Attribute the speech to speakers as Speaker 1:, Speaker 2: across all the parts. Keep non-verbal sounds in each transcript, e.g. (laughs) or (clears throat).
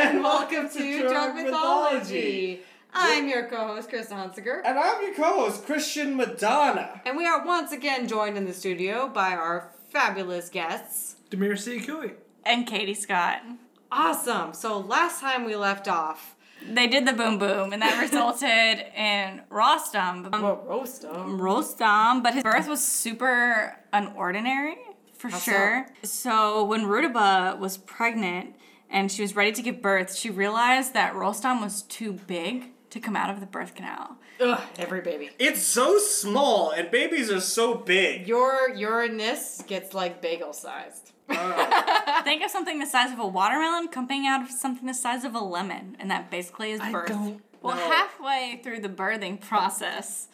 Speaker 1: welcome to Drug Mythology. I'm your co-host Chris Hunsiger,
Speaker 2: And I'm your co host, Christian Madonna.
Speaker 1: and we are once again joined in the studio by our fabulous guests.
Speaker 3: Demir Sikui.
Speaker 4: and Katie Scott.
Speaker 1: Awesome. So last time we left off,
Speaker 4: They did the boom boom, and (laughs) that resulted in Rostam. Um,
Speaker 1: well, roast 'em.
Speaker 4: Rostam, but his birth was super unordinary, for sure. So when Rutaba was pregnant and she was ready to give birth, she realized that Rostam was too big to come out of the birth canal.
Speaker 1: Ugh, every baby.
Speaker 2: It's so small, and babies are so big.
Speaker 1: Your Uranus gets like bagel sized.
Speaker 4: Think of something the size of a watermelon coming out of something the size of a lemon, and that basically is
Speaker 3: I
Speaker 4: birth.
Speaker 3: don't
Speaker 4: well,
Speaker 3: know.
Speaker 4: halfway through the birthing process,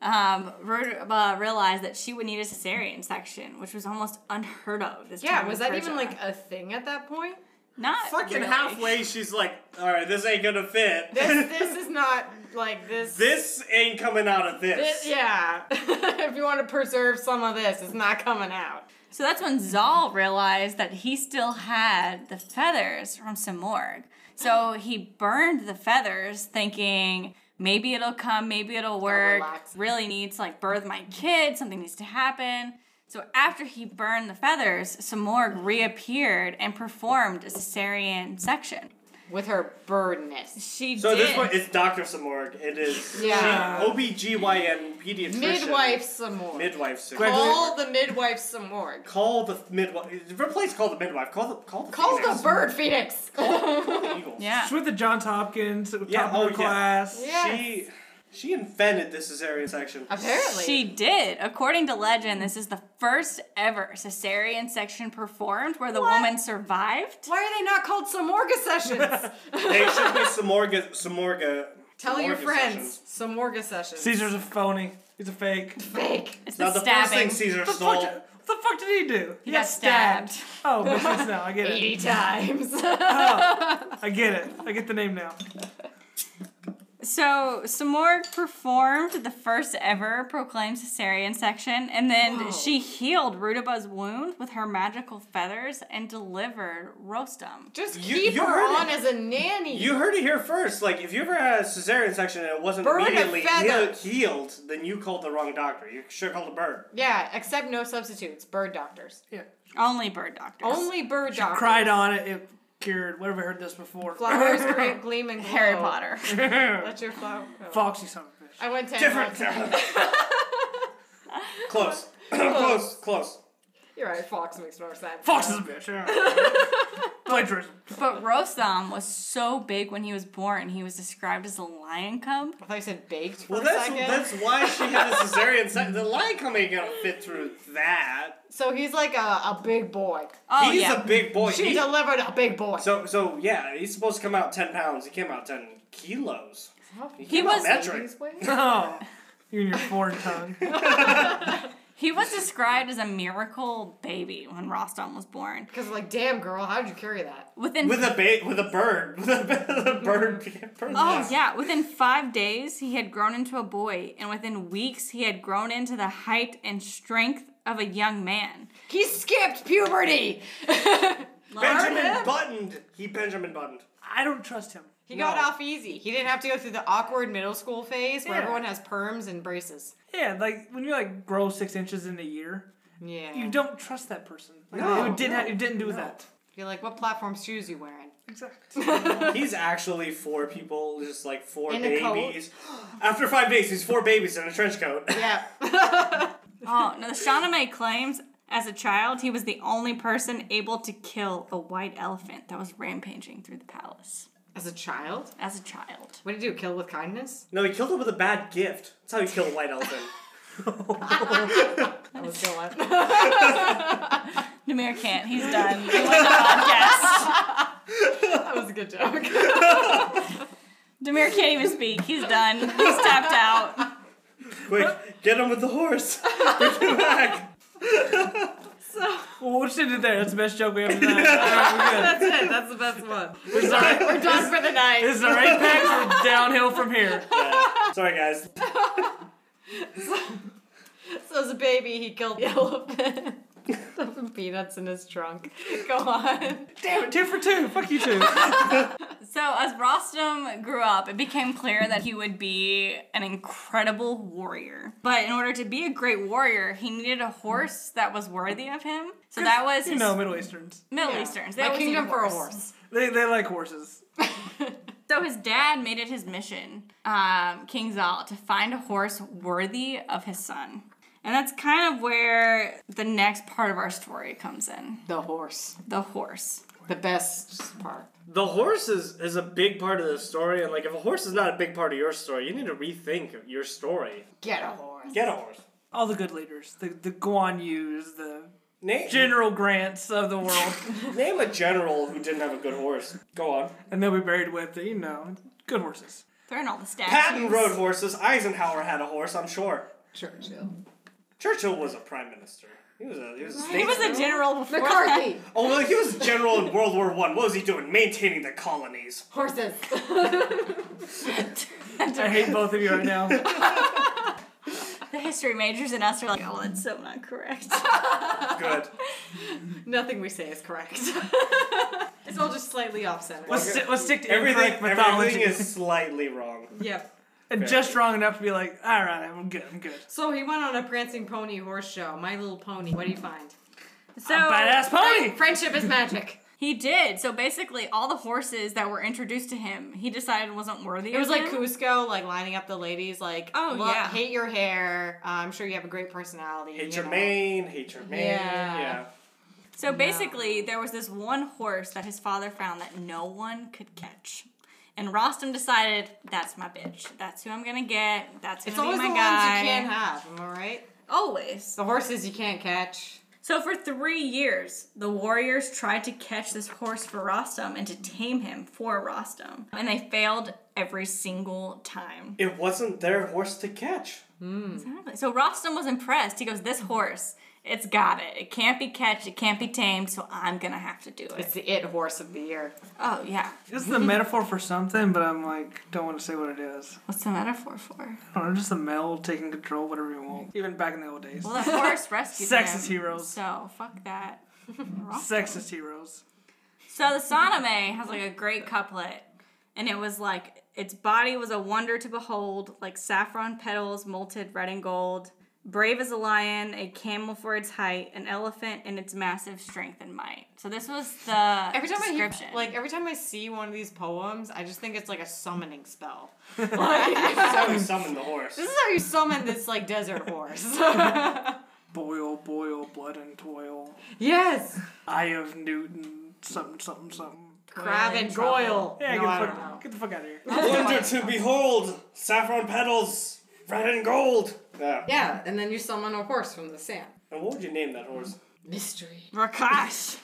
Speaker 4: um, Rhoda realized that she would need a cesarean section, which was almost unheard of. This
Speaker 1: Yeah,
Speaker 4: time
Speaker 1: was
Speaker 4: in
Speaker 1: that even
Speaker 4: Persia.
Speaker 1: like a thing at that (laughs) point?
Speaker 4: not
Speaker 2: Fucking
Speaker 4: really.
Speaker 2: halfway, she's like, alright, this ain't gonna fit. (laughs)
Speaker 1: This this is not like this.
Speaker 2: This ain't coming out of this.
Speaker 1: Thi- yeah. (laughs) if you want to preserve some of this, it's not coming out.
Speaker 4: So that's when Zal realized that he still had the feathers from Simorg. So he burned the feathers, thinking maybe it'll come, maybe it'll work.
Speaker 1: relax.
Speaker 4: Really needs to like birth my kid. Something needs to happen. So after he burned the feathers, Simorg reappeared and performed a cesarean section. With
Speaker 1: Her birdness.
Speaker 4: she
Speaker 2: So
Speaker 4: did.
Speaker 2: this one is Dr. Samorg. It is
Speaker 1: Yeah.
Speaker 2: she- OBGYN pediatrician.
Speaker 1: Midwife some more.
Speaker 2: Midwife. sir.
Speaker 1: Call the midwife some
Speaker 4: (laughs)
Speaker 1: more.
Speaker 2: Call the midwife. Replace call the midwife. Call the call the
Speaker 1: Call the
Speaker 2: phoenix.
Speaker 1: bird
Speaker 4: (laughs)
Speaker 1: phoenix.
Speaker 2: Eagles.
Speaker 4: yeah.
Speaker 3: She went to Johns Hopkins, top
Speaker 2: Yeah,
Speaker 3: of her
Speaker 2: oh, yeah.
Speaker 3: class.
Speaker 1: Yeah. Yes.
Speaker 2: She she invented the cesarean section.
Speaker 1: Apparently.
Speaker 4: She did. According to legend, this is the first ever cesarean section performed where the woman survived.
Speaker 1: Why are they not called Samorga
Speaker 4: (laughs)
Speaker 1: sessions?
Speaker 2: They should be Samorga Samorga.
Speaker 1: Tell your
Speaker 2: Samorga
Speaker 1: friends.
Speaker 2: sessions.
Speaker 1: Samorga sessions.
Speaker 3: Caesar's a phony. He's a fake. What
Speaker 1: fake.
Speaker 4: It's
Speaker 2: Now
Speaker 4: the
Speaker 2: the first
Speaker 4: stabbing.
Speaker 2: thing Caesar
Speaker 3: the, fuck,
Speaker 2: stole.
Speaker 3: what the fuck did he do? He
Speaker 4: got stabbed.
Speaker 3: Oh, makes sense now. I get
Speaker 1: (laughs)
Speaker 3: it.
Speaker 1: 80 times.
Speaker 3: Oh, I get it. I get the name now.
Speaker 4: So Samorg performed the first ever proclaimed cesarean section, and then
Speaker 1: Whoa.
Speaker 4: she healed Rutaba's wound with her magical feathers and delivered Rostam.
Speaker 1: Just
Speaker 2: You-
Speaker 1: keep
Speaker 2: you
Speaker 1: her
Speaker 2: heard it.
Speaker 1: on as a nanny.
Speaker 2: You heard it here first. Like if you ever had a cesarean section and it wasn't
Speaker 1: Bird of
Speaker 2: immediately
Speaker 1: feather.
Speaker 2: heal- healed, then you called the wrong doctor. You should call the bird.
Speaker 1: yeah, except no substitutes. Bird doctors.
Speaker 3: Yeah.
Speaker 4: Only bird doctors.
Speaker 1: Only bird doctors.
Speaker 3: Cried on it. It cured. Whatever heard this
Speaker 2: (laughs)
Speaker 3: before.
Speaker 1: Flowers gre- gleam and glow.
Speaker 4: Harry Potter.
Speaker 1: That's your flower. oh.
Speaker 3: (laughs) Foxy son of a bitch.
Speaker 1: I went to
Speaker 2: Different.
Speaker 1: Animal Kingdom. (laughs)
Speaker 2: close. (clears throat) close. Close.
Speaker 1: You're right. Fox makes more sense.
Speaker 3: Fox is a bitch. Yeah. Plagiarism.
Speaker 4: but Rostam was so big when he was born, he was described as a lion cub.
Speaker 1: I thought you said baked for
Speaker 2: Well,
Speaker 1: a
Speaker 2: that's
Speaker 1: second.
Speaker 2: that's why she
Speaker 1: (laughs)
Speaker 2: had a cesarean section. The line ain't gonna fit through that.
Speaker 1: So he's like a, a big boy.
Speaker 4: Oh
Speaker 2: He's
Speaker 4: yeah.
Speaker 2: a big boy.
Speaker 1: She
Speaker 2: He-
Speaker 1: delivered a big boy.
Speaker 2: so so yeah, he's supposed to come out ten pounds. He came out ten kilos.
Speaker 4: he
Speaker 2: Well,
Speaker 4: was
Speaker 2: metric.
Speaker 1: He's way-
Speaker 3: Oh. You and your foreign tongue.
Speaker 4: he was described as a miracle baby when Rostam was born.
Speaker 1: Because like, damn girl, how did you carry that?
Speaker 4: Within
Speaker 2: With a ba- with a bird. (laughs) With a, with a bird. bird (laughs)
Speaker 4: Oh yeah, within five days he had grown into a boy, and within weeks he had grown into the height and strength of a young man.
Speaker 1: He skipped puberty. (laughs)
Speaker 2: Benjamin Buttoned. He Benjamin Buttoned.
Speaker 3: I don't trust him.
Speaker 1: He got off easy. He didn't have to go through the awkward middle school phase where
Speaker 3: Yeah.
Speaker 1: everyone has perms and braces.
Speaker 3: Yeah, like when you like grow six inches in a year,
Speaker 1: Yeah.
Speaker 3: you don't trust that person. Like,
Speaker 2: No,
Speaker 3: it didn't. it didn't do that.
Speaker 1: You're like, what platform shoes you wearing?
Speaker 3: Exactly. (laughs)
Speaker 2: He's actually four people, just like four
Speaker 1: In a coat.
Speaker 2: babies. (gasps) After five days, he's four babies in a trench coat. (laughs)
Speaker 1: Yeah.
Speaker 4: Oh no, the Shahnameh claims as a child he was the only person able to kill a white elephant that was rampaging through the palace.
Speaker 1: As a child?
Speaker 4: As a child,
Speaker 1: What did you do? Kill with kindness?
Speaker 2: No, he killed it with a bad gift. That's how you kill a white elephant.
Speaker 1: That was still up.
Speaker 4: (laughs) Namir can't. (laughs) He's done. He went to podcast.
Speaker 1: (laughs) that was a good joke. (laughs)
Speaker 4: Namir can't even speak. He's done. He's tapped out.
Speaker 2: Quick, get him with the horse. (laughs) Bring him back.
Speaker 3: well, what you did there? That's the best joke we ever
Speaker 2: (laughs)
Speaker 3: done. All right,
Speaker 1: That's it. That's the best one.
Speaker 3: we're good. This is our,
Speaker 1: We're done for the night.
Speaker 3: this is our apex. We're downhill from here.
Speaker 2: Yeah. Sorry, guys.
Speaker 1: So as a baby, he killed the elephant. (laughs) Stuff some peanuts in his trunk. (laughs) Go on.
Speaker 3: Damn it, two for two. Fuck you two.
Speaker 4: So as Rostam grew up, it became clear that he would be an incredible warrior. But in order to be a great warrior, he needed a horse that was worthy of him. So that was
Speaker 3: (laughs) You
Speaker 4: his
Speaker 3: know, Middle Easterns.
Speaker 4: Middle
Speaker 1: Yeah.
Speaker 4: Easterns. They
Speaker 1: My
Speaker 4: always need
Speaker 1: kingdom for a horse.
Speaker 3: They, they like horses.
Speaker 4: So his dad made it his mission, um, King Zal, to find a horse worthy of his son. And that's kind of where the next part of our story comes in
Speaker 1: The horse.
Speaker 4: the horse.
Speaker 1: The best part.
Speaker 2: The horse is, is a big part of the story, and like if a horse is not a big part of your story, you need to rethink your story.
Speaker 1: Get a horse.
Speaker 2: Get a horse.
Speaker 3: All the good leaders, the the Guan Yu's, the
Speaker 2: Name,
Speaker 3: General Grants of
Speaker 2: (laughs)
Speaker 3: the world,
Speaker 2: name a general who didn't have a good horse. Go on.
Speaker 3: and they'll be buried with you know good horses.
Speaker 4: They're in all the statues.
Speaker 2: Patton rode horses. Eisenhower had a horse, I'm sure.
Speaker 1: Churchill.
Speaker 2: Churchill was a prime minister. He was a he was a
Speaker 4: He was
Speaker 2: statesman.
Speaker 4: a general before that.
Speaker 1: McCarthy.
Speaker 2: Oh well, he was a general in World War One. What was he doing? Maintaining the colonies.
Speaker 1: Horses.
Speaker 3: I
Speaker 2: (laughs)
Speaker 3: hate both of you right now.
Speaker 4: (laughs) The history majors and us are like, oh, that's so not correct.
Speaker 2: Good.
Speaker 1: (laughs) Nothing we say is (laughs) correct. it's all just slightly offset.
Speaker 3: Let's sti- let's stick to
Speaker 2: Everything,
Speaker 3: incorrect mythology.
Speaker 2: everything is slightly wrong.
Speaker 1: Yep.
Speaker 3: and just wrong enough to be like, all right, I'm good, I'm good.
Speaker 1: So he went on a prancing pony horse show. My Little Pony. What do you find?
Speaker 4: So
Speaker 3: Badass pony.
Speaker 1: Friendship is magic.
Speaker 4: he did. So basically, all the horses that were introduced to him, he decided wasn't worthy.
Speaker 1: (laughs) It was like
Speaker 4: him.
Speaker 1: Cusco, like lining up the ladies, like,
Speaker 4: Oh,
Speaker 1: "Love-
Speaker 4: yeah.
Speaker 1: hate your hair. Uh, I'm sure you have a great personality.
Speaker 2: Hey
Speaker 1: you know."
Speaker 2: Jermaine. Hey Jermaine.
Speaker 1: Yeah.
Speaker 2: Yeah.
Speaker 4: So basically, there was this one horse that his father found that no one could catch. And Rostam decided, that's my bitch. That's who I'm gonna get. That's gonna
Speaker 1: It's
Speaker 4: be
Speaker 1: always
Speaker 4: my
Speaker 1: the
Speaker 4: guy.
Speaker 1: ones you can't have. Am I right?
Speaker 4: always.
Speaker 1: The horses you can't catch.
Speaker 4: So for three years, the warriors tried to catch this horse for Rostam and to tame him for Rostam. And they failed every single time.
Speaker 2: It wasn't their horse to catch.
Speaker 4: Exactly. So Rostam was impressed. He goes, this horse, it's got it. It can't be catched. It can't be tamed. So I'm gonna have to do it.
Speaker 1: (laughs) It's the it horse of the year.
Speaker 4: Oh, yeah.
Speaker 3: This is the metaphor for something, but I'm like, don't want to say what it is.
Speaker 4: What's the metaphor for?
Speaker 3: I don't know, just a male taking control, whatever you want. Even back in the old days.
Speaker 4: Well, the horse (laughs) rescued
Speaker 3: Sexist
Speaker 4: him,
Speaker 3: heroes.
Speaker 4: So fuck that.
Speaker 3: Sexist heroes.
Speaker 4: So the Soname has like a great couplet, and it was like its body was a wonder to behold, like saffron petals molted red and gold. Brave as a lion, a camel for its height, an elephant in its massive strength and might. So this was the
Speaker 1: Every time I hear,
Speaker 4: description.
Speaker 1: like every time I see one of these poems, I just think it's like a summoning spell.
Speaker 2: That's how he summoned the horse.
Speaker 1: This is how you summon this like desert (laughs) horse.
Speaker 3: Boil, boil, oh, blood and toil.
Speaker 1: yes.
Speaker 3: Eye of Newton, something, something, something.
Speaker 1: Crab
Speaker 4: in
Speaker 1: and goyle.
Speaker 4: trouble.
Speaker 3: Yeah,
Speaker 1: no,
Speaker 3: get,
Speaker 1: I
Speaker 3: the
Speaker 1: don't know.
Speaker 3: fuck, get the fuck out of here.
Speaker 1: (laughs)
Speaker 2: Wonder to behold, saffron petals, red and gold. Yeah.
Speaker 1: Yeah, and then you summon a horse from the sand.
Speaker 2: And what would you name that horse?
Speaker 1: Mystery.
Speaker 4: Rakesh.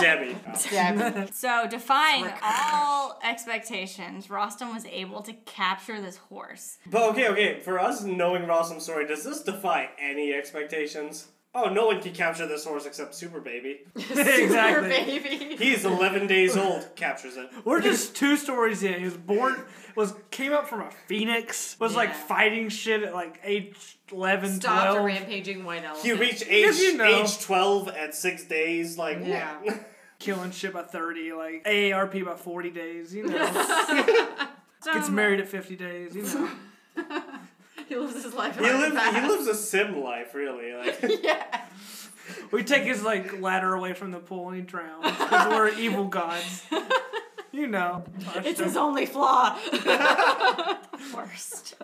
Speaker 2: Debbie.
Speaker 1: (laughs) Yeah.
Speaker 4: So, defying all expectations, Rostam was able to capture this horse.
Speaker 2: But okay, okay. For us knowing Rossum's story, does this defy any expectations? Oh, no one can capture this horse except Super Baby.
Speaker 3: (laughs) exactly.
Speaker 1: baby.
Speaker 2: He's 11 days old. Captures it.
Speaker 3: We're just two stories in. He was born, was came up from a phoenix, was like
Speaker 1: Yeah.
Speaker 3: fighting shit at like age 11,
Speaker 1: Stopped
Speaker 3: 12.
Speaker 1: a rampaging white elephant.
Speaker 2: He reached age
Speaker 3: you know.
Speaker 2: age 12 at six days. Like
Speaker 1: Yeah.
Speaker 3: killing shit by 30, like AARP by 40 days,
Speaker 1: (laughs)
Speaker 3: you know. Gets married at 50 days, you know.
Speaker 1: (laughs) He lives his life.
Speaker 2: (laughs) He lives, he lives a sim life, really. Like,
Speaker 1: Yeah.
Speaker 3: We take his like ladder away from the pool and he drowns because we're evil gods. (laughs) You know.
Speaker 1: It's his only flaw.
Speaker 4: Worst.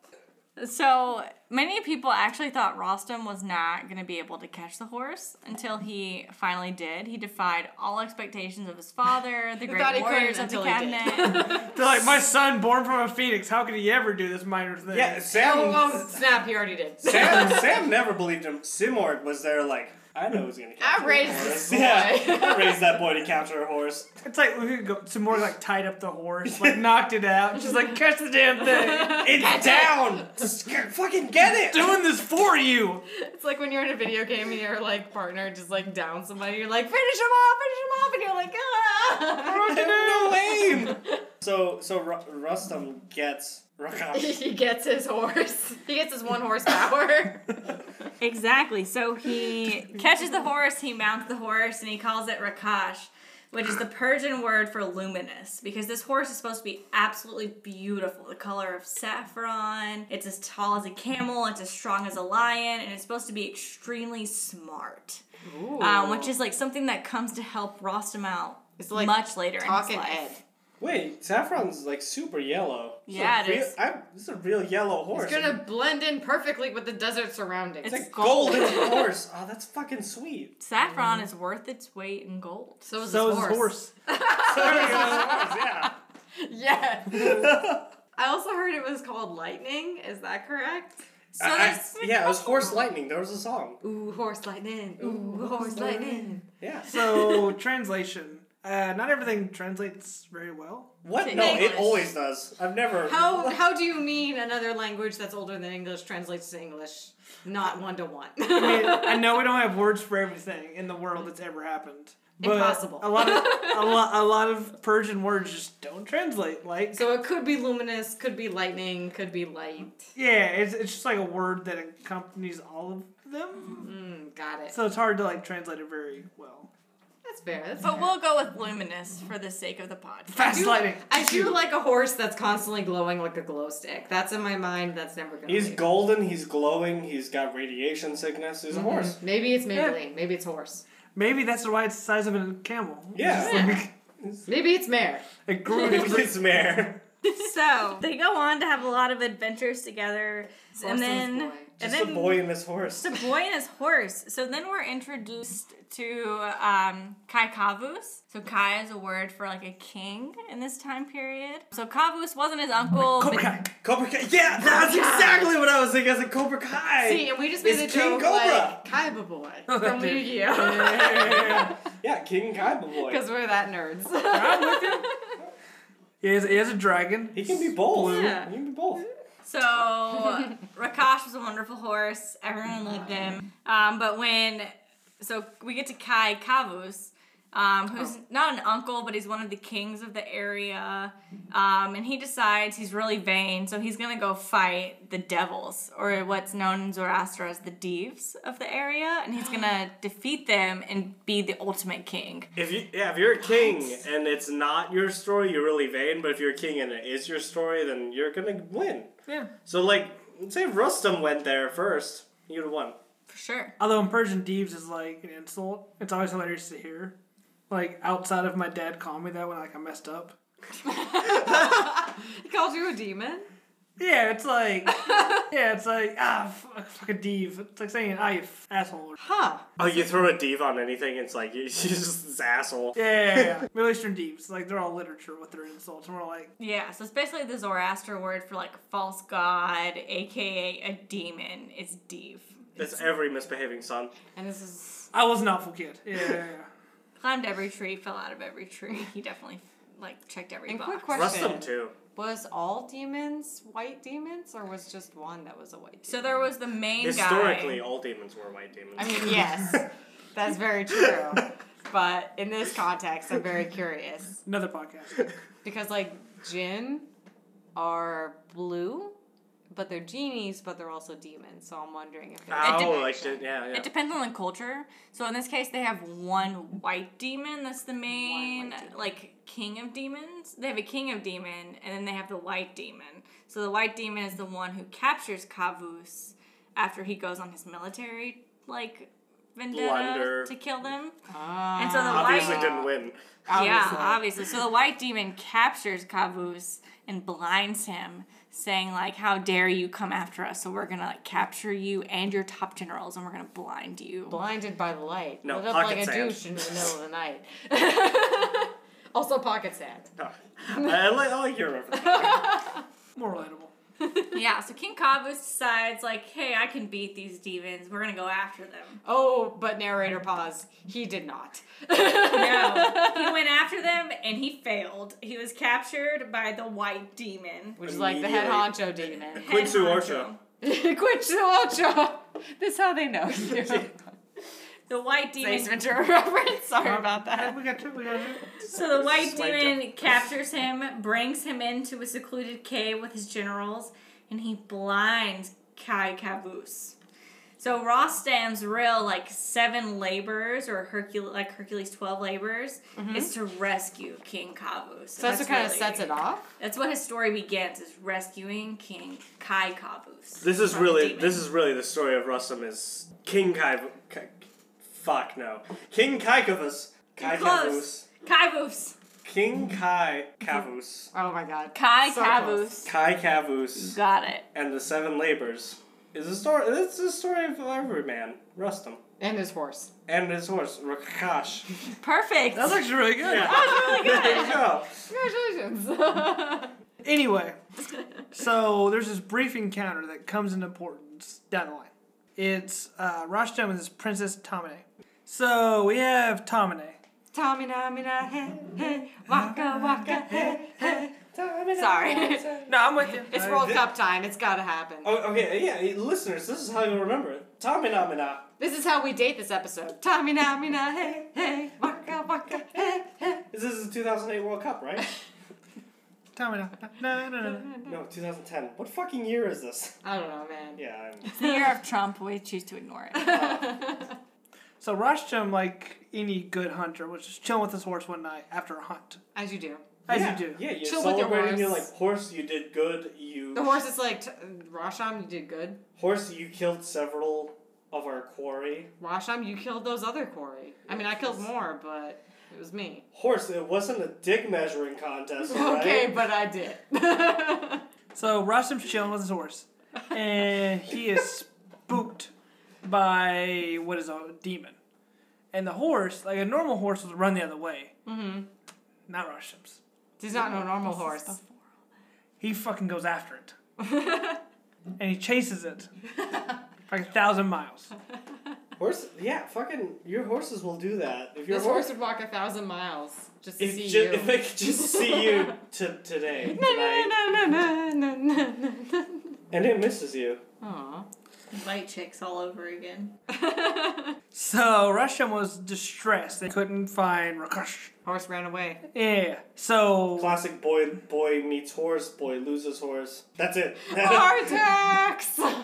Speaker 4: (laughs) so many people actually thought Rostam was not going to be able to catch the horse until he finally did. He defied all expectations of his father, the
Speaker 1: thought
Speaker 4: great
Speaker 1: he couldn't
Speaker 4: warriors of the
Speaker 1: until he did.
Speaker 4: cabinet.
Speaker 3: They're like my son, born from a phoenix. How could he ever do this minor thing?
Speaker 2: yeah, Sam,
Speaker 1: (laughs) oh, snap! He already (laughs) did.
Speaker 2: Sam. Sam never believed him. Simorg was there, like, I know who's gonna capture
Speaker 1: I raised
Speaker 2: a horse.
Speaker 1: this boy.
Speaker 2: Yeah, I raised that boy to capture a horse.
Speaker 3: It's like we could go. Some more like tied up the horse, (laughs) like knocked it out. She's like, catch the damn thing.
Speaker 2: It's down. Just g- fucking get (laughs) it.
Speaker 3: (laughs) Doing this for you.
Speaker 1: It's like when you're in a video game and your like partner just like down somebody. You're like finish him off, finish him off, and you're like ah.
Speaker 2: no aim. So so Ru- Rustum gets Rakesh.
Speaker 1: (laughs) He gets his horse. (laughs) He gets his one (laughs) horsepower. (laughs)
Speaker 4: exactly. So he catches the horse, he mounts the horse, and he calls it Rakesh. which is the Persian word for luminous, because this horse is supposed to be absolutely beautiful. The color of saffron, it's as tall as a camel, it's as strong as a lion, and it's supposed to be extremely smart,
Speaker 1: Uh,
Speaker 4: um, which is like something that comes to help Rostam out
Speaker 1: It's like
Speaker 4: much later
Speaker 1: talking
Speaker 4: in his
Speaker 1: Ed.
Speaker 4: life.
Speaker 2: Wait, saffron's like super yellow. This
Speaker 4: Yeah,
Speaker 2: a
Speaker 4: it
Speaker 2: real,
Speaker 4: is.
Speaker 2: I, this is a real yellow horse.
Speaker 1: It's gonna blend in perfectly with the desert surroundings.
Speaker 2: It's
Speaker 4: It's
Speaker 2: a
Speaker 4: gold.
Speaker 2: golden horse. Oh, that's fucking
Speaker 4: (laughs)
Speaker 2: sweet.
Speaker 1: Mm-hmm.
Speaker 4: Saffron is worth its weight in gold.
Speaker 1: so is
Speaker 3: So
Speaker 1: this
Speaker 3: is
Speaker 1: horse.
Speaker 3: horse.
Speaker 2: So is this horse, yeah.
Speaker 1: (laughs) Yeah. I also heard it was called lightning. Is that correct?
Speaker 4: So
Speaker 2: I- I-
Speaker 4: there's
Speaker 2: yeah, it was horse lightning. There was a song.
Speaker 1: Ooh, horse lightning. Ooh, horse lightning.
Speaker 2: Yeah.
Speaker 3: (laughs) So translation. Uh, not everything translates very well.
Speaker 2: What?
Speaker 4: To
Speaker 2: No, it
Speaker 4: English.
Speaker 2: always does. I've never.
Speaker 1: How how do you mean another language that's older than English translates to English? Not one to one.
Speaker 3: I, mean, I know we don't have words for everything in the world that's ever happened. But
Speaker 1: Impossible.
Speaker 3: A lot of a lot a lot of Persian words just don't translate. Like
Speaker 1: (laughs) So it could be luminous, could be lightning, could be light.
Speaker 3: yeah, it's it's just like a word that accompanies all of them.
Speaker 1: Mm, got it.
Speaker 3: So it's hard to like translate it very well.
Speaker 1: That's fair. That's
Speaker 4: But we'll go with luminous for the sake of the podcast.
Speaker 3: Fast lighting.
Speaker 1: I do like a horse that's constantly glowing like a glow stick. That's in my mind. That's never gonna.
Speaker 2: He's
Speaker 1: leave.
Speaker 2: golden. He's glowing. He's got radiation sickness. He's a horse.
Speaker 1: Maybe it's Maybelline. Maybe it's horse.
Speaker 3: Maybe that's why it's the size of a camel.
Speaker 2: Yeah. (laughs)
Speaker 1: Maybe it's mare. (laughs)
Speaker 3: It grew to be-
Speaker 2: It's mare.
Speaker 4: So (laughs) they go on to have a lot of adventures together, and
Speaker 1: Horse and
Speaker 4: then
Speaker 1: his boy.
Speaker 4: and
Speaker 2: Just
Speaker 4: then
Speaker 2: a boy and his horse.
Speaker 4: It's a boy and his horse. So then we're introduced to um, Kai Kavus. So Kai is a word for like a king in this time period. So Kavus wasn't his uncle.
Speaker 3: Cobra
Speaker 4: but-
Speaker 3: Kai.
Speaker 2: Cobra Kai. Yeah, that's exactly what I was thinking. I was like, Cobra Kai.
Speaker 1: See, and we just made
Speaker 2: It's
Speaker 1: a
Speaker 2: King
Speaker 1: joke
Speaker 2: Cobra.
Speaker 1: like Kaiba boy from Yu Gi (laughs) Oh,
Speaker 2: yeah, King Kaiba boy.
Speaker 1: because we're that nerds.
Speaker 3: He has, he has a dragon.
Speaker 2: He can be both.
Speaker 1: Yeah.
Speaker 2: He can be both.
Speaker 4: (laughs) So Rakash was a wonderful horse. Everyone loved him. Um, but when so we get to Kai Kavus, um, who's not an uncle, but he's one of the kings of the area. Um, and he decides he's really vain, so he's gonna go fight the devils, or what's known in Zoroaster as the Deevs of the area, and he's (gasps) gonna defeat them and be the ultimate king.
Speaker 2: If you yeah, if you're a king and it's not your story, you're really vain. But if you're a king and it is your story, then you're gonna win.
Speaker 3: Yeah.
Speaker 2: So like, say if Rustum went there first, you'd have won.
Speaker 4: For sure.
Speaker 3: Although in Persian, Deeves is like an insult. It's always hilarious to hear. Like outside of my dad calling me that when like I messed up.
Speaker 1: (laughs) he called you a demon.
Speaker 3: Yeah,
Speaker 1: (laughs)
Speaker 3: it's like yeah, it's like ah fuck, fuck a Deev. It's like saying ah you f- asshole.
Speaker 1: Huh.
Speaker 2: Oh, you throw a div on anything, it's like (laughs) you- you're just this asshole.
Speaker 3: Yeah, yeah, yeah. Middle Eastern Deeves like they're all literature with their insults, and we're like
Speaker 4: Yeah, so it's basically the Zoroaster word for like false god, aka a demon, is Deev.
Speaker 2: That's every misbehaving son.
Speaker 1: And this is
Speaker 3: I was an awful kid. Yeah, yeah, yeah.
Speaker 4: Climbed every tree, fell out of every tree. He definitely like checked every
Speaker 1: and
Speaker 4: box.
Speaker 1: quick question.
Speaker 2: Rustum too.
Speaker 1: Was all demons white demons, or was just one that was a white? Demon?
Speaker 4: So there was the main
Speaker 2: Historically,
Speaker 4: guy.
Speaker 2: all demons were white demons. (laughs)
Speaker 1: I mean, yes, that's very true. But in this context, I'm very curious
Speaker 3: Another podcast.
Speaker 1: because like jinn are blue, but they're genies, but they're also demons. So I'm wondering if there's
Speaker 4: It
Speaker 2: oh,
Speaker 4: did-
Speaker 2: like did- yeah, yeah.
Speaker 4: It depends on the culture. So in this case, they have one white demon. That's the main
Speaker 1: white demon.
Speaker 4: like king of demons. They have a king of demon, and then they have the white demon. So the white demon is the one who captures Kavus after he goes on his military like vendetta
Speaker 2: Blunder.
Speaker 4: to kill them.
Speaker 1: Ah.
Speaker 4: And so the
Speaker 2: Obviously,
Speaker 4: white
Speaker 2: didn't
Speaker 4: (laughs)
Speaker 2: win.
Speaker 4: Yeah, obviously. So the white demon captures Kavus and blinds him, saying like, "How dare you come after us? So we're gonna like capture you and your top generals, and we're gonna blind you."
Speaker 1: blinded by the light,
Speaker 2: No,
Speaker 1: lit up
Speaker 2: pocket
Speaker 1: like a
Speaker 2: sand.
Speaker 1: douche in
Speaker 2: (laughs)
Speaker 1: the middle of the night. (laughs) also, pocket sand.
Speaker 2: No. I, I like, I like your
Speaker 4: (laughs)
Speaker 2: reference.
Speaker 3: More relatable.
Speaker 4: yeah. So King Kavus decides like, "Hey, I can beat these demons. We're gonna go after them."
Speaker 1: Oh, but narrator pause. He did not.
Speaker 4: (laughs)
Speaker 1: (laughs)
Speaker 4: No, he went after them and he failed. He was captured by the white demon.
Speaker 1: Which is like the head honcho demon. (laughs)
Speaker 2: Quincy
Speaker 4: Head
Speaker 2: Orcho.
Speaker 4: honcho.
Speaker 1: Quit the honcho. This is how they
Speaker 2: (laughs)
Speaker 1: know you.
Speaker 4: The white demon
Speaker 1: Ace Ventura reference. Sorry about
Speaker 2: (laughs)
Speaker 3: Hey,
Speaker 1: that.
Speaker 3: we got two. We got two.
Speaker 4: So the white
Speaker 2: Sniped
Speaker 4: demon (laughs) captures him, brings him into a secluded cave with his generals, and he blinds Kai Kavus. So Rostam's real like seven labors or Hercules like Hercules twelve labors is to rescue King Kabu. Mm-hmm. So,
Speaker 1: So that's, what kind of sets it
Speaker 4: really-
Speaker 1: off.
Speaker 4: That's what his story begins is rescuing King Kai Kabus.
Speaker 2: This is
Speaker 4: from the
Speaker 2: really
Speaker 4: demon.
Speaker 2: this is really the story of Rustam is King Kai, Kai fuck no. King Kaikavus. Kai
Speaker 4: close.
Speaker 2: Kavus.
Speaker 4: Kabus.
Speaker 2: King Kai Kavus.
Speaker 1: Oh my god.
Speaker 4: Kai
Speaker 1: So
Speaker 4: Kabus.
Speaker 2: Kai Kavus
Speaker 4: Got it.
Speaker 2: and the Seven Labors is a story it's the story of everyman, Rustam.
Speaker 1: And his
Speaker 2: (laughs)
Speaker 1: horse.
Speaker 2: And his horse, Rakash.
Speaker 4: Perfect.
Speaker 3: That's actually really good.
Speaker 4: really (laughs)
Speaker 2: There
Speaker 4: good.
Speaker 2: you go.
Speaker 1: Congratulations. (laughs)
Speaker 3: Anyway, so there's this brief encounter that comes into importance down the line. It's uh, Rostam and this Princess Tamine. So we have Tamine.
Speaker 1: Tommy, Tommy, hey, hey, waka, waka, hey, hey. Sorry.
Speaker 3: No, I'm with you.
Speaker 1: It's World Cup time. It's gotta happen.
Speaker 2: (laughs) Oh, okay, yeah, listeners, this is how you remember it. Taminamina.
Speaker 1: This is how we date this episode. Tommy, Tommy, hey, hey, waka, waka, hey, hey.
Speaker 2: This is the 2008 World Cup, right?
Speaker 3: Tamine. No, no, no, no.
Speaker 1: Mm-hmm.
Speaker 2: no, 2010. What fucking year is
Speaker 1: (laughs)
Speaker 2: this?
Speaker 1: I don't know, man.
Speaker 2: Yeah, I'm...
Speaker 4: the year of Trump, we choose to ignore (laughs) it.
Speaker 3: So Rostam, like any good hunter, was just chilling with his horse one night after a hunt.
Speaker 1: (laughs) As you do.
Speaker 3: As
Speaker 2: yeah,
Speaker 3: you do.
Speaker 2: Yeah, you're
Speaker 1: Chill with your
Speaker 2: celebrating your,
Speaker 1: horse.
Speaker 2: like horse. You did good. You
Speaker 1: The horse is like, t- Rosham, you did good.
Speaker 2: horse. You killed several of our quarry.
Speaker 1: Rosham, you killed those other quarry. I mean, I killed more, but it was
Speaker 3: (laughs)
Speaker 1: me.
Speaker 2: Horse. It wasn't a dick measuring contest, all
Speaker 1: (laughs) Okay,
Speaker 2: right?
Speaker 1: but I did. (laughs)
Speaker 3: So Rostam's chilling with
Speaker 2: (laughs)
Speaker 3: his horse, and he is spooked by what is a demon. And the horse, like a normal horse, would run the other way. Mm-hmm. Not Rostam's.
Speaker 1: He's not no normal horse.
Speaker 3: He fucking goes after
Speaker 2: (laughs)
Speaker 3: it, and he chases it like a thousand miles.
Speaker 2: Horse. Yeah, fucking your horses will do that. If your
Speaker 1: This horse would walk a thousand miles just to
Speaker 2: if,
Speaker 1: see
Speaker 2: ju-
Speaker 1: you.
Speaker 2: if they could
Speaker 1: (laughs)
Speaker 2: just see you to today, tonight,
Speaker 1: no, no, no, no, no, no.
Speaker 2: and it misses you.
Speaker 1: Aw.
Speaker 4: White chicks all over again.
Speaker 3: So Rustam was distressed; they couldn't find Rakush.
Speaker 1: Horse ran (laughs) away.
Speaker 3: Yeah. So
Speaker 2: Classic boy. Boy meets horse. Boy loses horse. That's it. (laughs)
Speaker 1: Artax!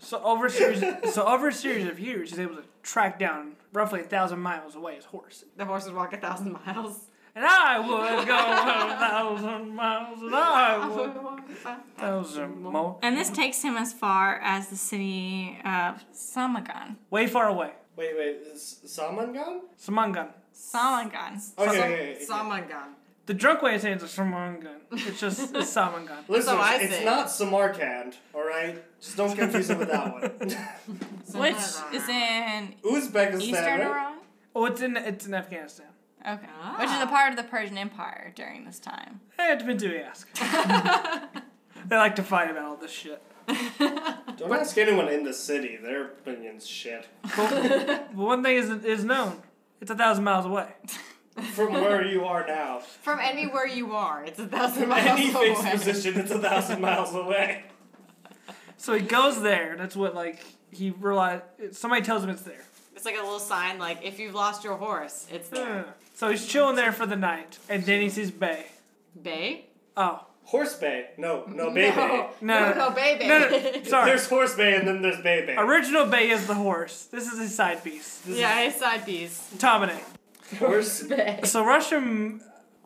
Speaker 3: So over a series, so over a series of years, he's able to track down roughly a thousand miles away his horse.
Speaker 1: (laughs) the horse would walk a thousand (laughs) miles.
Speaker 3: And I would go a thousand miles,
Speaker 1: (laughs)
Speaker 3: and I would a
Speaker 1: That's
Speaker 3: thousand more,
Speaker 4: And this takes him as far as the city uh, of Samagon.
Speaker 3: way far away.
Speaker 2: wait, wait. Is Salman gone?
Speaker 3: Samangan.
Speaker 4: Samagon.
Speaker 2: Okay. okay, okay.
Speaker 1: Samangan.
Speaker 3: The drunk way of saying it's a Samangan. It's just it's Samangan.
Speaker 2: Listen,
Speaker 1: what I
Speaker 2: it's
Speaker 1: say.
Speaker 2: not Samarkand, all right. Just don't confuse it with that
Speaker 1: (laughs)
Speaker 2: one. (laughs)
Speaker 4: Which is in
Speaker 2: Uzbekistan.
Speaker 4: eastern
Speaker 2: right?
Speaker 4: Iran?
Speaker 3: Oh, it's in it's in Afghanistan.
Speaker 4: Okay. Which is a part of the Persian Empire during this time.
Speaker 3: Eh, it depends who you ask. they like to fight about all this shit.
Speaker 2: Don't ask anyone in the city. Their opinions
Speaker 1: (laughs)
Speaker 2: shit.
Speaker 3: But one thing is is known. It's a thousand miles away.
Speaker 2: From where you are now,
Speaker 1: From anywhere you are, it's a thousand miles (laughs)
Speaker 2: any fixed
Speaker 1: away.
Speaker 2: position, it's a thousand miles away.
Speaker 3: So he goes there. That's what like he realized. Somebody tells him it's there.
Speaker 1: It's like a little sign, like, if you've lost your horse, it's there.
Speaker 3: So he's chilling there for the night, and then he sees Bay.
Speaker 1: Bay?
Speaker 3: Oh
Speaker 2: Horse Bay. No, no, Bay Bay.
Speaker 1: No,
Speaker 3: No.
Speaker 1: no, Hmm. no, Bay Bay.
Speaker 3: no, no sorry.
Speaker 2: There's Horse Bay and then there's Bay Bay.
Speaker 3: Original Bay is the horse. This is his side piece.
Speaker 1: (laughs)
Speaker 3: This
Speaker 1: yeah, it's side
Speaker 4: (laughs)
Speaker 1: piece.
Speaker 3: is Tomine.
Speaker 1: (laughs)
Speaker 2: Horse
Speaker 1: Bay.
Speaker 3: So Russian,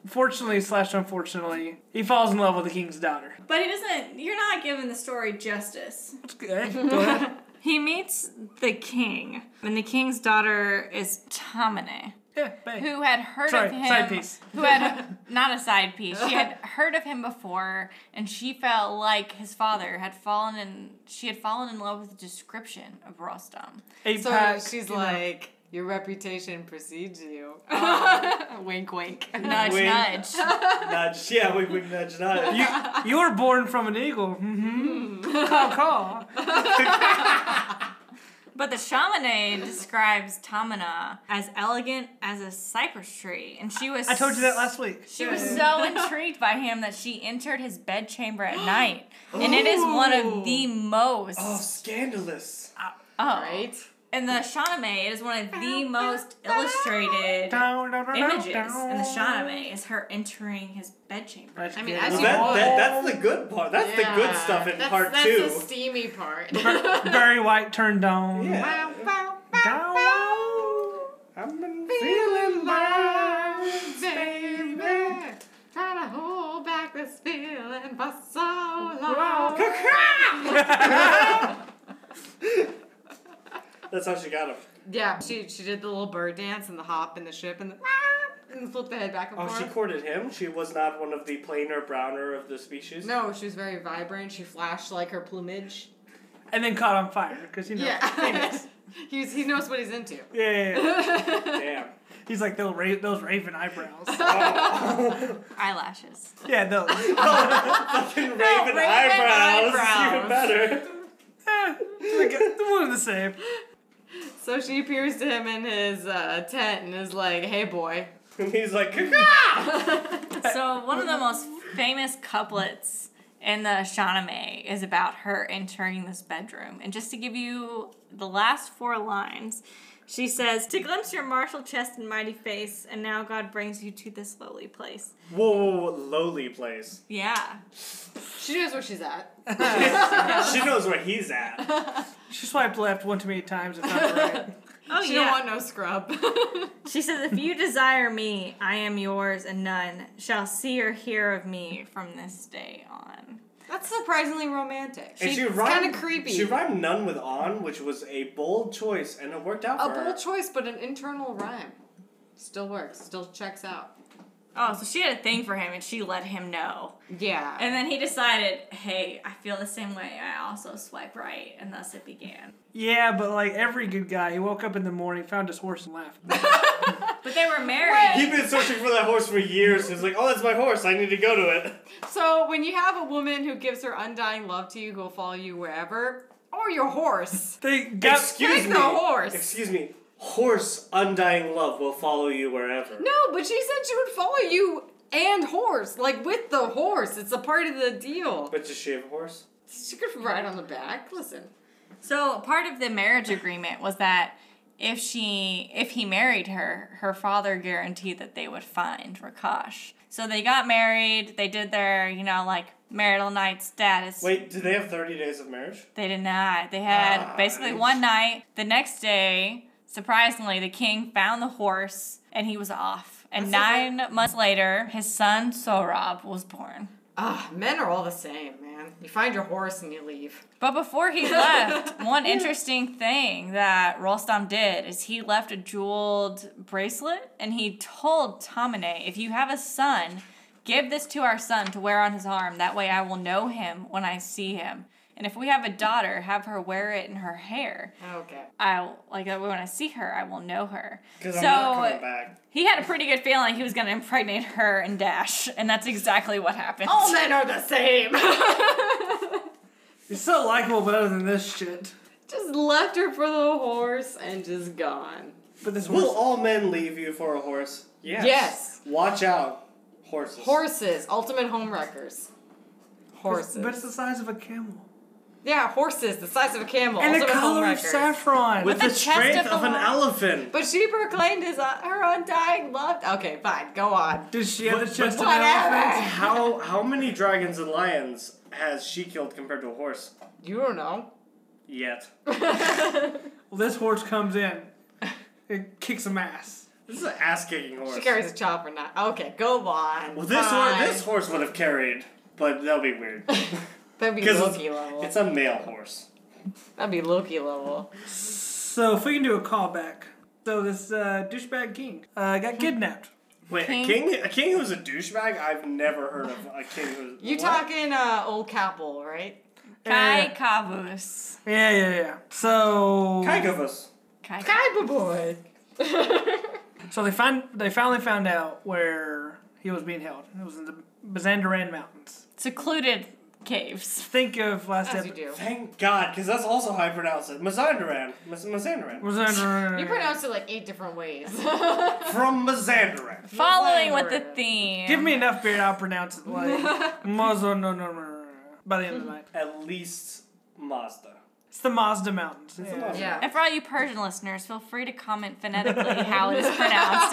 Speaker 3: fortunately slash unfortunately, he falls in love with the king's daughter.
Speaker 4: But he doesn't, you're not giving the story justice.
Speaker 3: That's good. Go ahead.
Speaker 4: He meets the king, and the king's daughter is Tamine.
Speaker 3: (laughs) Yeah, Bay.
Speaker 4: who had heard
Speaker 3: Sorry,
Speaker 4: of him
Speaker 3: side piece.
Speaker 4: who
Speaker 3: (laughs)
Speaker 4: had not a side piece she had heard of him before and she felt like his father had fallen in she had fallen in love with the description of Rostam
Speaker 3: Eight
Speaker 1: So
Speaker 3: pack.
Speaker 1: she's
Speaker 3: you know.
Speaker 1: like, your reputation precedes you. (laughs) Um, wink, wink.
Speaker 4: nudge
Speaker 2: Wink.
Speaker 4: nudge
Speaker 2: nudge. Yeah, we wing nudge nudge. You,
Speaker 3: You, you were born from an eagle. Mm-hmm. Caw, caw.
Speaker 4: but the shamanade describes Tamina as elegant as a cypress tree and she was
Speaker 3: I told you that last week.
Speaker 4: she was so intrigued by him that she entered his bedchamber
Speaker 3: (gasps)
Speaker 4: at night and it is one of the most
Speaker 3: Oh,
Speaker 2: oh, scandalous.
Speaker 4: oh
Speaker 1: Right?
Speaker 4: And the Shahnameh is one of the most illustrated images in the Shahnameh is her entering his bedchamber.
Speaker 3: That's
Speaker 1: I mean,
Speaker 3: good.
Speaker 1: as
Speaker 2: Well,
Speaker 1: you
Speaker 2: that,
Speaker 1: would.
Speaker 2: that, that's the good part. That's the good
Speaker 1: Yeah,
Speaker 2: stuff in
Speaker 1: that's,
Speaker 2: part
Speaker 1: that's
Speaker 2: two.
Speaker 1: the steamy
Speaker 2: (laughs)
Speaker 1: part.
Speaker 3: Barry White turned on.
Speaker 2: Yeah.
Speaker 1: Bow, bow,
Speaker 3: Down.
Speaker 2: I've been feeling
Speaker 1: bow, baby. Try to hold back this feeling for so long.
Speaker 2: That's how she got him.
Speaker 1: Yeah, she she did the little bird dance and the hop and the ship and the and flipped the head back and
Speaker 2: Oh,
Speaker 1: forth.
Speaker 2: she courted him. She was not one of the plainer browner of the species.
Speaker 1: no, she was very vibrant. She flashed like her plumage.
Speaker 3: And then caught on fire because you
Speaker 1: (laughs)
Speaker 3: know.
Speaker 1: Yeah,
Speaker 3: famous.
Speaker 1: he's he knows what he's into.
Speaker 3: Yeah, yeah, yeah.
Speaker 2: Damn.
Speaker 1: (laughs)
Speaker 3: He's like those, ra- those raven eyebrows.
Speaker 2: Oh.
Speaker 4: (laughs) Eyelashes.
Speaker 3: yeah, (laughs) Eh,
Speaker 2: (laughs)
Speaker 3: those.
Speaker 2: Fucking raven, eyebrows.
Speaker 4: eyebrows.
Speaker 2: Even better.
Speaker 1: (laughs)
Speaker 3: Eh, like, one and the same.
Speaker 1: So she appears to him in his uh, tent and is like, "Hey, boy."
Speaker 2: And he's like,
Speaker 4: So one of the most famous couplets in the Shahnameh is about her entering this bedroom. And just to give you the last four lines, she says, To glimpse your martial chest and mighty face, and now God brings you to this lowly place.
Speaker 2: whoa, whoa, whoa, lowly place.
Speaker 4: Yeah.
Speaker 1: She knows where she's at.
Speaker 2: She knows where he's at.
Speaker 3: She swiped left one too many times and found the right.
Speaker 4: Oh,
Speaker 1: She
Speaker 4: yeah.
Speaker 1: don't want no scrub. (laughs)
Speaker 4: She says, If you desire me, I am yours, and none shall see or hear of me from this day on.
Speaker 1: That's surprisingly romantic.
Speaker 2: And
Speaker 1: She's
Speaker 2: she
Speaker 1: kind
Speaker 2: rhymed-
Speaker 1: of creepy.
Speaker 2: She rhymed none with on, which was a bold choice, and it worked out
Speaker 1: a
Speaker 2: for her.
Speaker 1: bold choice, but an internal rhyme. Still works. Still checks out.
Speaker 4: Oh, so she had a thing for him, and she let him know.
Speaker 1: Yeah.
Speaker 4: And then he decided, hey, I feel the same way. I also swipe right. And thus it began.
Speaker 3: Yeah, but like every good guy, he woke up in the morning, found his horse, and left.
Speaker 4: But they were married.
Speaker 2: He'd been searching for that horse for years. He's like, oh, that's my horse. I need to go to it.
Speaker 1: so when you have a woman who gives her undying love to you, who will follow you wherever, or your horse.
Speaker 3: They got.
Speaker 2: Excuse
Speaker 3: (laughs)
Speaker 1: Take
Speaker 2: me.
Speaker 1: the horse.
Speaker 2: Excuse me. Horse, undying love will follow you wherever.
Speaker 1: (laughs) No, but she said she would follow you and horse, like with the horse. It's a part of the deal.
Speaker 2: But does she have a horse?
Speaker 1: She could ride on the back. Listen.
Speaker 4: so part of the marriage agreement was that if she if he married her, her father guaranteed that they would find Rakesh. So they got married, they did their, you know, like marital night status.
Speaker 2: Wait, do they have 30 days of marriage?
Speaker 4: They did not. They had
Speaker 2: Ah,
Speaker 4: basically
Speaker 2: nice.
Speaker 4: one night. The next day, surprisingly, the king found the horse and he was off. And
Speaker 1: That's so
Speaker 4: nine months later, his son Sorab was born.
Speaker 1: Ah, men are all the same, man. You find your horse and you leave.
Speaker 4: But before he left, one interesting thing that Rolstam did is he left a jeweled bracelet and he told Tamine, if you have a son, give this to our son to wear on his arm. That way I will know him when I see him. And if we have a daughter, have her wear it in her hair.
Speaker 1: Okay.
Speaker 4: I'll like uh, when I see her, I will know her.
Speaker 2: Because I'm not coming
Speaker 1: uh,
Speaker 4: So
Speaker 2: back.
Speaker 4: he had a pretty good feeling he was gonna impregnate her and Dash, and that's exactly what happened.
Speaker 1: All men are the same. (laughs)
Speaker 3: He's so likable, but other than this shit.
Speaker 1: just left her for the horse and just gone.
Speaker 3: But this
Speaker 2: Will
Speaker 3: horse.
Speaker 2: all men leave you for a horse? Yes.
Speaker 1: Yes.
Speaker 2: Watch out, horses.
Speaker 1: Horses, ultimate homewreckers. Horses.
Speaker 3: But it's the size of a camel.
Speaker 1: yeah, horses, the size of a camel.
Speaker 3: And the
Speaker 1: ultimate
Speaker 3: color of
Speaker 1: homewreckers.
Speaker 3: saffron.
Speaker 2: With
Speaker 4: the
Speaker 2: the,
Speaker 4: chest
Speaker 2: strength
Speaker 4: of the
Speaker 2: of an
Speaker 4: lion.
Speaker 2: elephant.
Speaker 1: But she proclaimed his her undying love. Okay, fine, go on.
Speaker 3: Did she have the
Speaker 2: But-
Speaker 3: chest of
Speaker 1: but-
Speaker 3: an
Speaker 1: Whatever.
Speaker 3: elephant?
Speaker 2: How how many dragons and lions has she killed compared to a horse?
Speaker 1: You don't know.
Speaker 2: Yet.
Speaker 3: Well, this horse comes in.
Speaker 1: (laughs)
Speaker 3: It kicks some ass.
Speaker 2: This is an ass kicking horse.
Speaker 1: She carries a chopper, not okay. Go on.
Speaker 2: well, this,
Speaker 1: fine.
Speaker 2: hor- this horse would have carried, but that'll be
Speaker 1: (laughs)
Speaker 2: weird.
Speaker 1: That'd be
Speaker 2: 'Cause
Speaker 1: Loki level.
Speaker 2: It's a male horse.
Speaker 1: That'd be Loki level.
Speaker 3: So if we can do a callback. So this uh, douchebag king
Speaker 1: (laughs)
Speaker 3: uh, got kidnapped.
Speaker 2: Wait,
Speaker 4: King?
Speaker 2: a king a king who's a douchebag? I've never heard of a king who's
Speaker 1: You
Speaker 2: what?
Speaker 1: talking uh, old Capel, right?
Speaker 4: Kai Kavus.
Speaker 3: Yeah, yeah, yeah. So
Speaker 2: Kaikovus.
Speaker 4: Kai.
Speaker 1: Kaiba boy.
Speaker 3: So they find they finally found out where he was being held. It was in the Bazandaran Mountains.
Speaker 4: Secluded caves.
Speaker 3: Think of
Speaker 1: (laughs)
Speaker 3: last
Speaker 1: As you
Speaker 3: episode.
Speaker 1: do.
Speaker 2: Thank God, because that's also how I pronounce it. Mazandaran. Maz- Mazandaran.
Speaker 1: You
Speaker 3: Bazandaran.
Speaker 1: pronounce it like eight different
Speaker 2: (laughs)
Speaker 1: ways.
Speaker 2: From Mazandaran.
Speaker 4: Following with the
Speaker 1: Lord.
Speaker 4: theme.
Speaker 3: Give me enough beer, I'll pronounce
Speaker 1: (laughs)
Speaker 3: it like Mazandaran by the end of the night.
Speaker 2: At least Mazda.
Speaker 3: It's the Mazda Mountains.
Speaker 2: It's the
Speaker 3: yeah.
Speaker 2: Mazda.
Speaker 1: (laughs) Yeah.
Speaker 4: And for all you Persian listeners, feel free to comment phonetically how it is pronounced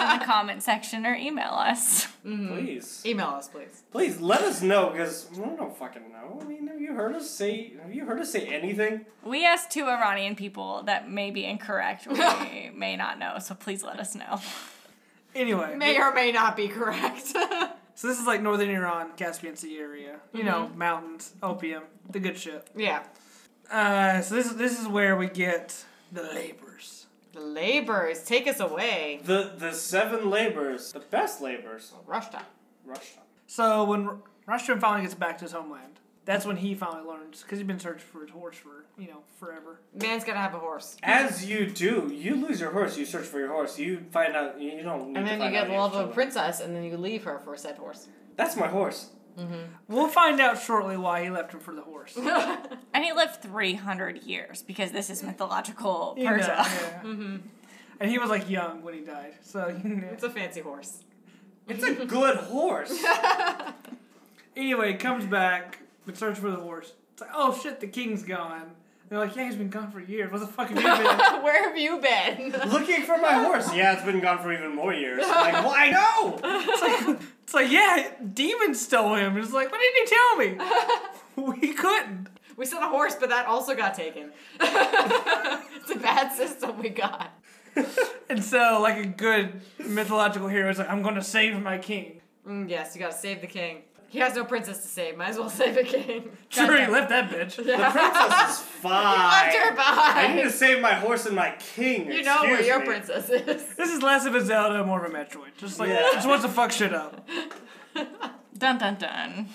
Speaker 2: (laughs)
Speaker 4: in the comment section or email us.
Speaker 1: Mm-hmm.
Speaker 2: Please.
Speaker 1: Email us, please.
Speaker 2: Please let us know because we don't fucking know. I mean, have you heard us say? Have you heard us say anything?
Speaker 4: We asked two Iranian people that may be incorrect.
Speaker 2: (laughs)
Speaker 4: We may not know, so please let us know.
Speaker 3: Anyway,
Speaker 1: May or may not be correct. (laughs)
Speaker 3: so this is like northern Iran, Caspian Sea area. You know, mountains, opium, the good shit.
Speaker 1: yeah.
Speaker 3: Uh, so this this is where we get the labors.
Speaker 1: The laborers, take us away.
Speaker 2: The the seven labors, the best labors,
Speaker 1: Russia.
Speaker 2: Russia.
Speaker 3: So when R- Rostrum finally gets back to his homeland, that's when he finally learns because he's been searching for his horse for you know forever.
Speaker 1: Man's gotta have a horse.
Speaker 2: As you do, you lose your horse. You search for your horse. You find out you don't. Need
Speaker 1: And
Speaker 2: to
Speaker 1: then you
Speaker 2: find
Speaker 1: get
Speaker 2: out
Speaker 1: the love of a
Speaker 2: yourself.
Speaker 1: princess, and then you leave her for said horse.
Speaker 2: That's my horse.
Speaker 3: We'll find out shortly why he left him for the horse.
Speaker 4: And he lived 300 years because this is mythological
Speaker 3: (laughs) You know,
Speaker 4: Persia.
Speaker 3: yeah. And he was like young when he died, so (laughs) you know.
Speaker 1: It's a fancy (laughs) horse.
Speaker 2: It's
Speaker 1: (laughs)
Speaker 2: a good horse.
Speaker 3: Anyway, comes back, but search for the horse. It's like, oh shit, the king's gone. And they're like, yeah, he's been gone for years. What the fuck have you been?
Speaker 1: Where have you been? (laughs)
Speaker 2: Looking for my horse. Yeah, it's been gone for even more years. I'm like, well, I know.
Speaker 3: It's like, (laughs) yeah, demons stole him. It's like, why didn't you tell me? we couldn't.
Speaker 1: We sent a horse, but that also got (laughs) taken. it's a bad system we got.
Speaker 3: And so, like a good mythological hero is like, I'm gonna save my king.
Speaker 1: Mm, yes, you gotta save the king. He has no princess to save. Might as well (laughs) save a king.
Speaker 3: Sure, he left that
Speaker 2: (laughs)
Speaker 3: bitch.
Speaker 1: (laughs)
Speaker 2: The princess is fine.
Speaker 1: Left her
Speaker 2: (laughs) I need to (laughs)
Speaker 1: behind.
Speaker 2: save my horse and my king.
Speaker 1: You know where
Speaker 2: Excuse
Speaker 1: your
Speaker 2: me.
Speaker 1: princess is. (laughs)
Speaker 3: This is less of a Zelda, more of a Metroid. Just like,
Speaker 2: Yeah.
Speaker 3: just wants to fuck shit up.
Speaker 4: (laughs) Dun dun dun.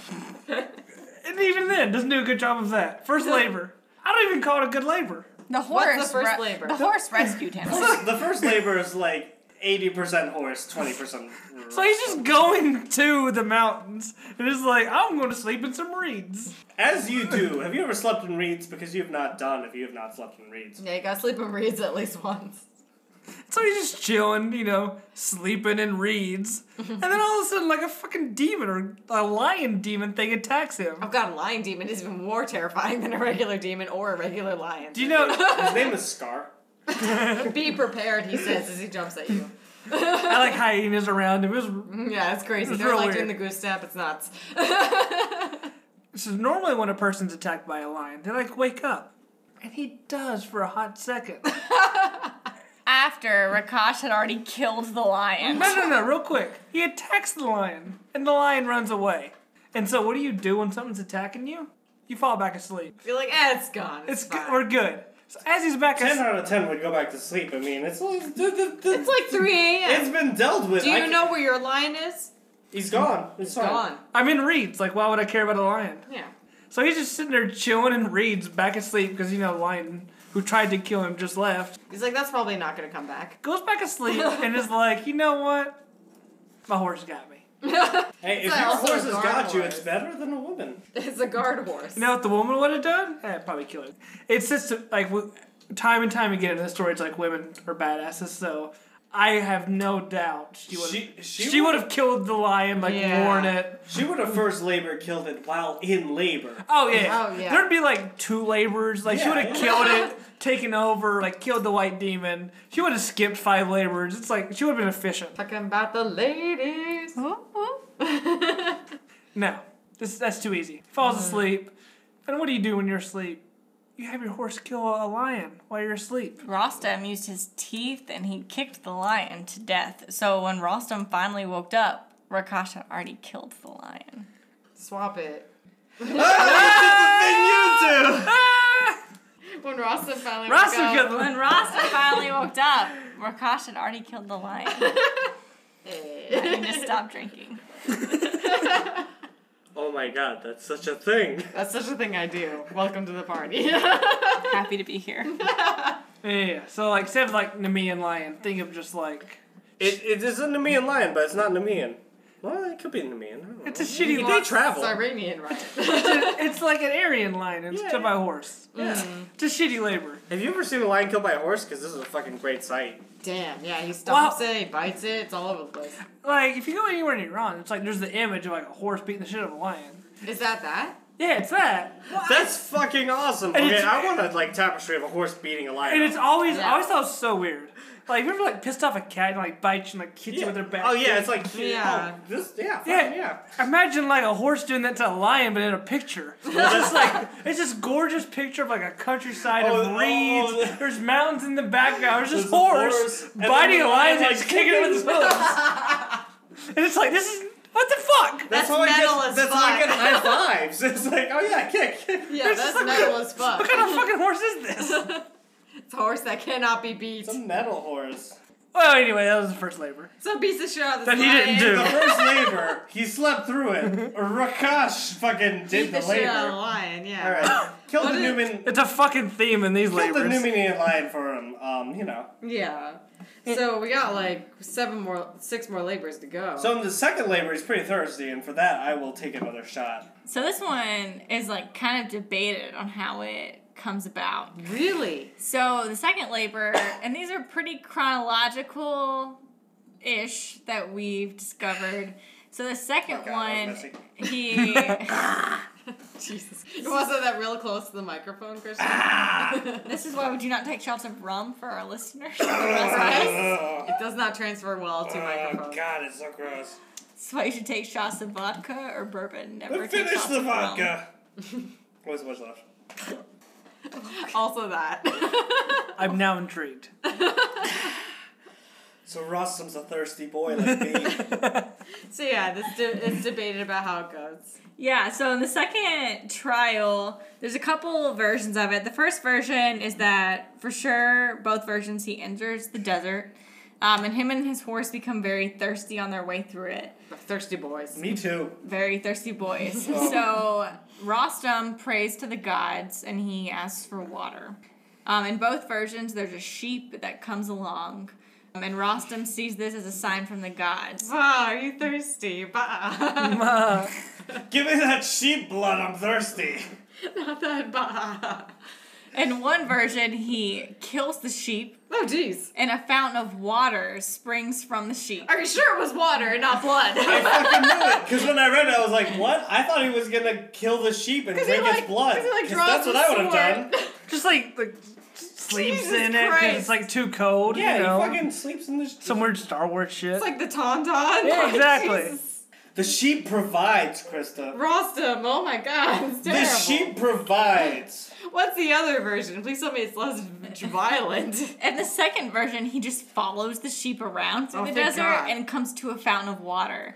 Speaker 3: And even then, doesn't do a good job of that. First labor. I don't even call it a good labor.
Speaker 4: The horse.
Speaker 1: the first
Speaker 4: re-
Speaker 1: labor?
Speaker 4: the horse rescued him.
Speaker 3: (laughs)
Speaker 2: The first
Speaker 1: (laughs)
Speaker 2: labor is like eighty percent horse, twenty percent.
Speaker 3: So he's just going to the mountains and is like, I'm going to sleep in some reeds.
Speaker 2: As you do, have you ever slept in reeds? Because you have not done if you have not slept in
Speaker 1: (laughs)
Speaker 2: reeds.
Speaker 1: Yeah, you gotta sleep in reeds at least once.
Speaker 3: So he's just chilling, you know, sleeping in reeds. And then all of a sudden, like a fucking demon or a lion demon thing attacks him.
Speaker 1: I've got a lion demon. It's even more terrifying than a regular demon or a regular lion.
Speaker 3: Do
Speaker 2: (laughs)
Speaker 3: you know?
Speaker 2: His name is Scar.
Speaker 1: Be prepared, he says as he jumps at you.
Speaker 3: I like hyenas around him. It was
Speaker 1: Yeah, it's crazy.
Speaker 3: It's
Speaker 1: They're
Speaker 3: real
Speaker 1: like
Speaker 3: weird.
Speaker 1: doing the goose snap. It's nuts.
Speaker 3: This is normally when a person's attacked by a lion, they like wake up. And he does for a hot second. no,
Speaker 4: After Rakash had already killed the
Speaker 3: (laughs)
Speaker 4: lion.
Speaker 3: no, no, real quick. He attacks the lion, and the lion runs away. And so, what do you do when something's attacking you? You fall back asleep.
Speaker 1: You're like, eh, it's gone. It's,
Speaker 3: It's good,
Speaker 1: fine.
Speaker 3: we're good. So as he's back
Speaker 2: Ten
Speaker 3: asleep,
Speaker 2: out of ten would go back to sleep. I mean, it's it's
Speaker 1: It's like 3
Speaker 2: it's
Speaker 1: a.m.
Speaker 2: been dealt with.
Speaker 1: Do
Speaker 2: I
Speaker 1: you
Speaker 2: ca-
Speaker 1: know where your lion is?
Speaker 2: He's gone. It's fine.
Speaker 1: Gone.
Speaker 3: I'm in reeds. Like, why would I care about a lion?
Speaker 1: Yeah.
Speaker 3: So he's just sitting there chilling in reeds, back asleep, because you know, the lion who tried to kill him just left.
Speaker 1: He's like, that's probably not gonna come back. (laughs)
Speaker 3: Goes back asleep and is like, you know what? My horse got me.
Speaker 2: Hey, if
Speaker 1: like
Speaker 2: your
Speaker 1: also
Speaker 2: horse has
Speaker 1: a
Speaker 2: got you,
Speaker 1: gargoyle.
Speaker 2: it's better than a woman.
Speaker 1: It's a guard horse.
Speaker 3: You know what the woman would have done? Eh, probably kill it. It's just like w- time and time again in this story, it's like women are badasses. So I have no doubt she would.
Speaker 2: She
Speaker 3: She,
Speaker 2: she,
Speaker 3: would have killed the lion, like
Speaker 1: Yeah.
Speaker 3: worn it.
Speaker 2: she would have first labor killed it while in labor.
Speaker 3: (laughs) Oh yeah.
Speaker 1: Oh, yeah.
Speaker 3: There'd be like two laborers. Like she
Speaker 2: Yeah,
Speaker 3: would have
Speaker 2: yeah.
Speaker 3: killed it, taken over, like killed the white demon. She would have skipped five laborers. It's like she would have been efficient.
Speaker 1: Talking about the ladies.
Speaker 4: Ooh, ooh.
Speaker 3: No, this that's too easy. Falls asleep, and what do you do when you're asleep? You have your horse kill a lion while you're asleep.
Speaker 4: Rostam used his teeth and he kicked the lion to death. So when Rostam finally woke up, Rakash had already killed the
Speaker 3: (laughs)
Speaker 4: lion.
Speaker 1: Swap it.
Speaker 2: Ah, you do.
Speaker 3: (laughs)
Speaker 1: When Rasta finally woke
Speaker 3: Rasta
Speaker 1: up-
Speaker 3: killed the
Speaker 4: When
Speaker 3: lion.
Speaker 4: Rostam finally woke up, Rakash had already killed the lion.
Speaker 1: Hey.
Speaker 4: He just stopped
Speaker 3: (laughs)
Speaker 4: drinking.
Speaker 2: Oh my god, that's such a thing.
Speaker 1: (laughs) That's such a thing I do. Welcome to the party. (laughs)
Speaker 4: Happy to be here.
Speaker 3: Yeah, yeah. So like instead of like Nemean lion, think of just like
Speaker 2: It, it is a Nemean lion, but it's not Nemean. Well, it could be Nemean. I don't
Speaker 3: it's a
Speaker 2: know.
Speaker 3: shitty.
Speaker 2: They
Speaker 3: lion.
Speaker 2: travel.
Speaker 1: Iranian, right? (laughs)
Speaker 3: It's like an Aryan lion instead
Speaker 2: Yeah.
Speaker 3: of a horse.
Speaker 2: Yeah.
Speaker 3: It's a shitty labor.
Speaker 2: Have you ever seen a lion killed by a horse? Because this is a fucking great sight.
Speaker 1: Damn, yeah, he
Speaker 3: Wow.
Speaker 1: stomps it, he bites it, it's all over the place.
Speaker 3: Like if you go anywhere in Iran, it's like there's the image of like a horse beating the shit out of a lion.
Speaker 1: Is that that?
Speaker 3: Yeah, it's that.
Speaker 2: That's fucking awesome.
Speaker 3: And
Speaker 2: Okay,
Speaker 3: it's-
Speaker 2: I want a like tapestry of a horse beating a lion.
Speaker 3: And it's always, I
Speaker 1: Yeah.
Speaker 3: always thought it was so weird. Like, if you ever like pissed off a cat and like bites you and like hits you
Speaker 2: yeah.
Speaker 3: with their back?
Speaker 2: Oh yeah, it's like
Speaker 1: Yeah.
Speaker 2: yeah, oh, this yeah, fucking
Speaker 3: Yeah.
Speaker 2: yeah.
Speaker 3: Imagine like a horse doing that to a lion, but in a
Speaker 2: (laughs)
Speaker 3: picture. It's just like it's this gorgeous picture of like a countryside
Speaker 2: Oh,
Speaker 3: of
Speaker 2: oh,
Speaker 3: reeds.
Speaker 2: oh.
Speaker 3: There's mountains in the background. There's this
Speaker 2: There's a
Speaker 3: horse,
Speaker 2: horse, and then
Speaker 3: biting
Speaker 2: the
Speaker 3: a lion
Speaker 2: lion,
Speaker 3: and
Speaker 2: like,
Speaker 3: just kicking it with his hooves. and it's like this is what the fuck.
Speaker 1: That's
Speaker 2: how I get-
Speaker 1: metal as
Speaker 2: That's how I
Speaker 1: fuck.
Speaker 2: get
Speaker 1: (laughs)
Speaker 2: high fives. (laughs) It's like oh yeah, kick.
Speaker 1: Yeah, that's metal as fuck.
Speaker 3: What kind of fucking horse is this?
Speaker 1: It's a horse that cannot be beat.
Speaker 2: It's a metal horse.
Speaker 3: Well, anyway, that was the first labor.
Speaker 1: Some piece of shit out of this
Speaker 3: That he
Speaker 1: lion.
Speaker 3: didn't do.
Speaker 2: The first labor, he slept through it. Rakesh fucking
Speaker 1: Beat
Speaker 2: did
Speaker 1: the,
Speaker 2: the
Speaker 1: shit out of
Speaker 2: labor.
Speaker 1: the lion, yeah.
Speaker 2: All right, kill
Speaker 1: What
Speaker 2: the
Speaker 1: is-
Speaker 2: Newman.
Speaker 3: It's a fucking theme in these
Speaker 2: Kill the
Speaker 3: labors.
Speaker 2: Numenian lion for him. Um, you know.
Speaker 1: Yeah. So we got like seven more, six more labors to go.
Speaker 2: So in the second labor, he's pretty thirsty, and for that, I will take another shot.
Speaker 4: So this one is like kind of debated on how it comes about.
Speaker 1: really,
Speaker 4: So the second labor, and these are pretty chronological ish that we've discovered. So the second
Speaker 2: Oh God, that
Speaker 4: one,
Speaker 2: was
Speaker 1: (laughs)
Speaker 2: messy. (laughs)
Speaker 4: he
Speaker 1: Jesus, it wasn't that real close to the microphone, Christian.
Speaker 2: Ah.
Speaker 4: this is why we do not take shots of rum for our listeners. (laughs) The
Speaker 2: (laughs)
Speaker 4: rest of us.
Speaker 2: Ugh.
Speaker 1: It (laughs) does not transfer well to
Speaker 2: Oh
Speaker 1: microphones.
Speaker 2: God, it's so gross.
Speaker 4: That's why you should take shots of vodka or bourbon. Never
Speaker 2: But
Speaker 4: take
Speaker 2: finish
Speaker 4: shots
Speaker 2: the
Speaker 4: of rum.
Speaker 1: (laughs)
Speaker 2: vodka. What's what's left?
Speaker 1: Also that. (laughs)
Speaker 3: I'm now intrigued. (laughs)
Speaker 2: So Rossum's a thirsty boy like me. (laughs)
Speaker 1: so yeah, this de- it's debated about how it goes.
Speaker 4: Yeah, so in the second trial, there's a couple versions of it. The first version is that for sure, both versions, he enters the desert, um, and him and his horse become very thirsty on their way through it.
Speaker 1: The thirsty boys.
Speaker 2: me too.
Speaker 4: Very thirsty boys. so Rostam prays to the gods and he asks for water. Um, in both versions, there's a sheep that comes along, um, and Rostam sees this as a sign from the gods.
Speaker 1: Bah, are you thirsty? Bah.
Speaker 3: Uh,
Speaker 2: Give me that sheep blood. I'm thirsty.
Speaker 1: Not that bah.
Speaker 4: In one version, he kills the sheep
Speaker 1: (laughs) Oh jeez.
Speaker 4: and a fountain of water springs from the sheep.
Speaker 1: Are you sure it was water and not (laughs) blood?
Speaker 2: (laughs) I fucking knew it because when I read it, I was like, "What?" I thought he was gonna kill the sheep and
Speaker 1: Because he
Speaker 2: drink
Speaker 1: like,
Speaker 2: its blood.
Speaker 1: 'cause he like
Speaker 2: 'cause
Speaker 1: draws
Speaker 2: that's what I would have done.
Speaker 1: have
Speaker 3: just like like sleeps
Speaker 1: Jesus
Speaker 3: in it because it's
Speaker 1: Christ.
Speaker 3: like too cold.
Speaker 2: Yeah,
Speaker 3: you know?
Speaker 2: he fucking sleeps in the. Sh-
Speaker 3: some weird Star Wars shit.
Speaker 1: It's like the tauntaun. Oh,
Speaker 3: Yeah,
Speaker 1: Like,
Speaker 3: exactly.
Speaker 1: Jesus.
Speaker 2: the sheep provides, Krista.
Speaker 1: Rostam, oh my god, it's terrible.
Speaker 2: The sheep provides.
Speaker 1: What's the other version? Please tell me it's less violent.
Speaker 4: In the second version, he just follows the sheep around through
Speaker 1: Oh,
Speaker 4: the
Speaker 1: thank
Speaker 4: desert
Speaker 1: God.
Speaker 4: and comes to a fountain of water.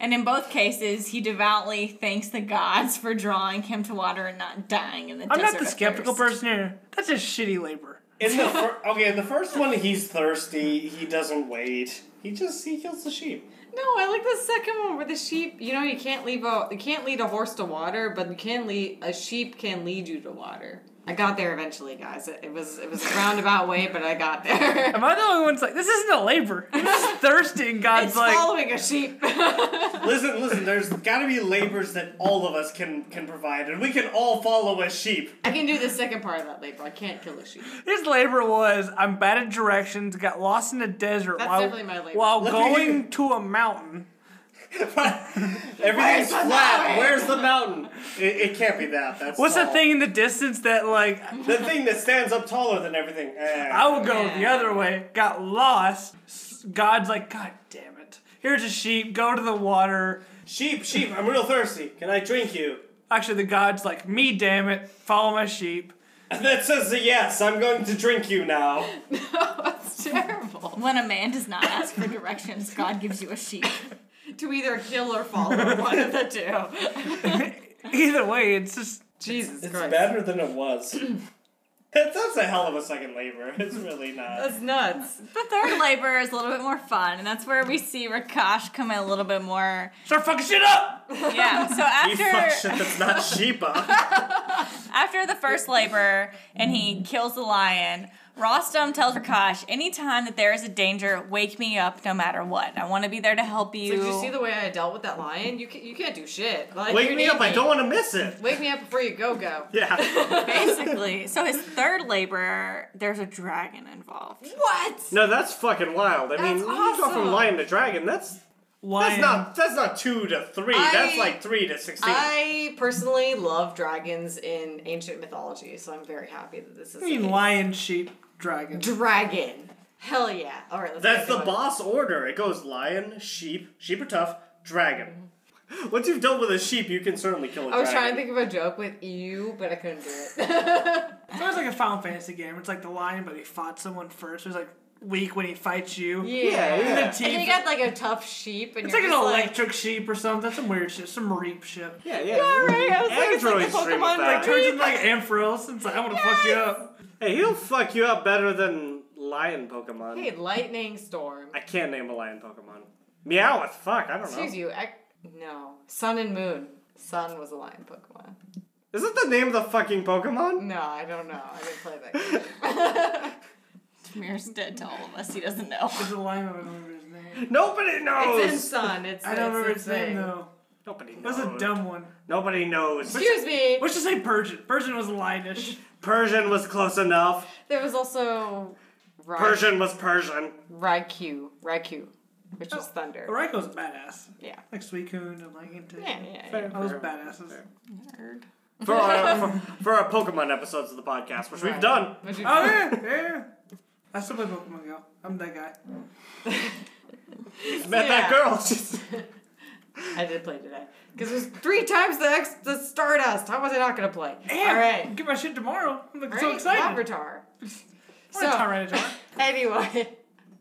Speaker 4: And in both cases, he devoutly thanks the gods for drawing him to water and not dying in the
Speaker 3: I'm
Speaker 4: desert.
Speaker 3: not the
Speaker 4: of
Speaker 3: skeptical
Speaker 4: thirst.
Speaker 3: person here. That's just shitty labor.
Speaker 2: In
Speaker 1: (laughs)
Speaker 2: the fir- okay, in the first one, he's thirsty. He doesn't wait. He just he kills the sheep.
Speaker 1: (laughs) No, I like the second one where the sheep. You know, you can't leave a you can't lead a horse to water, but you can lead a sheep can lead you to water. I got there eventually, guys. It, it was it was a roundabout way, but I got there.
Speaker 3: (laughs) Am I the only one that's like, this isn't a labor? (laughs) I'm just thirsty, and God's
Speaker 1: It's
Speaker 3: like,
Speaker 1: following a sheep. (laughs)
Speaker 2: Listen, listen. There's got to be labors that all of us can can provide, and we can all follow a sheep. (laughs)
Speaker 1: I can do the second part of that labor. I can't kill a sheep.
Speaker 3: his labor was, I'm bad at directions, got lost in a desert
Speaker 1: That's
Speaker 3: while,
Speaker 1: definitely my labor.
Speaker 3: while
Speaker 2: Let me-
Speaker 3: going to a mountain.
Speaker 2: Everything's flat. Where's the mountain? It, it can't be that. That's
Speaker 3: What's the
Speaker 2: tall.
Speaker 3: thing in the distance that, like,
Speaker 2: The thing that stands up taller than everything. Eh.
Speaker 3: I would go the
Speaker 1: Yeah.
Speaker 3: other way, got lost. S- God's like, God damn it. Here's a sheep, go to the water.
Speaker 2: Sheep, sheep, I'm real thirsty. Can I drink you? (laughs)
Speaker 3: Actually, the God's like, me damn it, follow my sheep. (laughs)
Speaker 2: And that says a yes. I'm going to drink you now.
Speaker 1: (laughs) That's terrible.
Speaker 4: When a man does not ask for directions, God gives you a sheep.
Speaker 1: To either kill
Speaker 2: (laughs)
Speaker 1: or follow, one of the two.
Speaker 3: Either way, it's just
Speaker 1: Jesus
Speaker 2: It's
Speaker 1: Christ.
Speaker 2: better than it (clears throat) was. That's a hell of a second labor. It's really not.
Speaker 1: That's nuts.
Speaker 4: The third labor is a little bit more fun, and that's where we see Rakesh come in a little bit more.
Speaker 3: start fucking shit up.
Speaker 4: Yeah. So
Speaker 2: You fuck
Speaker 4: after
Speaker 2: shit that's (laughs) not Sheba.
Speaker 4: after the first labor and he kills the lion, Rostam tells Rakesh, anytime that there is a danger, wake me up no matter what. I want to be there to help you.
Speaker 1: Did
Speaker 4: (laughs)
Speaker 1: you see the way I dealt with that lion? You can't, you can't do shit. Like,
Speaker 2: Wake
Speaker 1: you
Speaker 2: me
Speaker 1: need
Speaker 2: up. I don't want to miss (laughs) it.
Speaker 1: (laughs) Wake me up before you go go.
Speaker 2: Yeah.
Speaker 4: Basically. So his third labor, there's a dragon involved.
Speaker 1: What?
Speaker 2: No, that's fucking wild. I mean,
Speaker 1: That's
Speaker 2: you go
Speaker 1: awesome.
Speaker 2: from lion to dragon. That's That's
Speaker 3: lion.
Speaker 2: not that's not two to three.
Speaker 1: I-
Speaker 2: that's like three to sixteen.
Speaker 1: I personally love dragons in ancient mythology, so I'm very happy that this is.
Speaker 3: I mean,
Speaker 1: a
Speaker 3: lion, sheep, dragon.
Speaker 1: dragon. Hell yeah! All right, let's
Speaker 2: that's
Speaker 1: get
Speaker 2: the
Speaker 1: going.
Speaker 2: boss order. It goes lion, sheep, sheep are tough, dragon. (laughs) Once you've dealt with a sheep, you can certainly kill a
Speaker 1: I was trying to
Speaker 2: dragon.
Speaker 1: think of a joke with you, but I couldn't do it.
Speaker 3: It's always like a Final Fantasy game. It's like the lion, but he fought someone first. It was like weak when he fights
Speaker 1: (laughs)
Speaker 3: you.
Speaker 1: yeah.
Speaker 2: (laughs) yeah.
Speaker 3: The
Speaker 1: And then you
Speaker 3: teeth.
Speaker 1: got like a tough sheep, and
Speaker 3: It's
Speaker 1: you're
Speaker 3: like an
Speaker 1: just
Speaker 3: electric sheep or something. That's some weird shit. Some reap shit.
Speaker 2: Yeah, yeah.
Speaker 1: right, I was like, it's like the
Speaker 2: Android stream
Speaker 1: Pokemon,
Speaker 2: with
Speaker 1: like,
Speaker 2: that.
Speaker 1: turn-
Speaker 3: Turns into like Ampharos. It's like, I want to fuck you up.
Speaker 2: Hey, he'll fuck you up better than lion Pokemon.
Speaker 1: Hey, lightning storm.
Speaker 2: I can't name a lion Pokemon. Meowth, fuck, I don't know.
Speaker 1: Excuse you. I, no, sun and moon. Sun was a lion Pokemon.
Speaker 2: Is that the name of the fucking Pokemon?
Speaker 1: No, I don't know. I didn't play that
Speaker 3: (laughs)
Speaker 1: game.
Speaker 4: Tamir's dead to all of us. He doesn't know.
Speaker 3: There's a lion, I don't remember his name.
Speaker 2: Nobody knows.
Speaker 1: Mm. it's in sun. It's
Speaker 3: I don't
Speaker 1: it's
Speaker 3: remember
Speaker 1: a
Speaker 3: his name
Speaker 1: thing.
Speaker 3: though.
Speaker 2: Nobody knows.
Speaker 3: That's a dumb one.
Speaker 2: Nobody knows.
Speaker 1: Excuse me.
Speaker 3: Let's just say Persian. Persian was lionish.
Speaker 1: (laughs)
Speaker 2: Persian was close enough.
Speaker 1: There was also Ry-
Speaker 2: Persian was Persian.
Speaker 1: Raikou, Raikou, which
Speaker 3: Oh,
Speaker 1: is thunder.
Speaker 3: Raiko's a badass.
Speaker 1: Yeah.
Speaker 3: Like Suicune and like Entei.
Speaker 1: Yeah, yeah, yeah.
Speaker 3: All those badasses.
Speaker 4: Nerd.
Speaker 2: For
Speaker 4: (laughs)
Speaker 2: our, for, for our Pokemon episodes of the podcast, which we've
Speaker 1: Right.
Speaker 2: done.
Speaker 1: Which is-
Speaker 3: Oh yeah, yeah, yeah. I still play Pokemon Go. I'm that guy.
Speaker 2: Met that
Speaker 1: Yeah.
Speaker 4: (laughs)
Speaker 2: girl. (laughs) She's-
Speaker 1: I did play today because it was three times the ex- the Stardust. How was I not gonna play?
Speaker 3: Damn,
Speaker 1: All right,
Speaker 3: Get my shit tomorrow. I'm like,
Speaker 1: All
Speaker 3: so
Speaker 1: right,
Speaker 3: excited.
Speaker 1: Larvitar.
Speaker 3: What a
Speaker 1: So-
Speaker 3: Tyranitar.
Speaker 1: Anyway,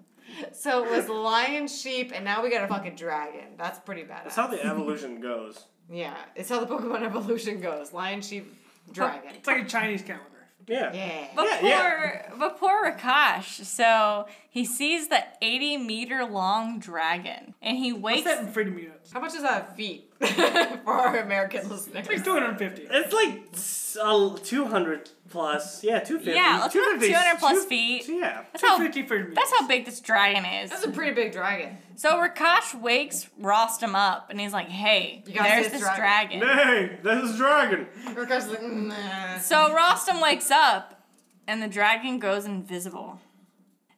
Speaker 1: (laughs) so it was lion, sheep, and now we got a fucking dragon. That's pretty badass.
Speaker 2: That's how the evolution goes.
Speaker 1: yeah, it's how the Pokemon evolution goes: lion, sheep, dragon.
Speaker 3: It's like a Chinese calendar.
Speaker 2: Yeah.
Speaker 1: Yeah.
Speaker 4: But
Speaker 2: Yeah,
Speaker 4: poor,
Speaker 2: yeah.
Speaker 4: but poor Rakash. So he sees the 80 meter long dragon and he
Speaker 3: What's
Speaker 4: wakes
Speaker 3: that in freedom units?
Speaker 1: How much is that feet (laughs) for our American listeners?
Speaker 3: It's like 250.
Speaker 2: It's like s- uh, 200 plus. Yeah, 250.
Speaker 4: Yeah, let's go
Speaker 2: 250 's
Speaker 4: 200 plus
Speaker 2: two-
Speaker 4: feet.
Speaker 2: Yeah.
Speaker 4: That's (laughs) how,
Speaker 3: 250 freedom units.
Speaker 4: that's how big this dragon is.
Speaker 1: That's a pretty big dragon.
Speaker 4: So Rakash wakes Rostam up and he's like, hey,
Speaker 1: You gotta see
Speaker 4: there's
Speaker 1: this
Speaker 4: this
Speaker 1: dragon."
Speaker 4: dragon.
Speaker 2: Hey, this is Dragon.
Speaker 1: Urkash's like, nah.
Speaker 4: So Rostam wakes up and the dragon goes invisible.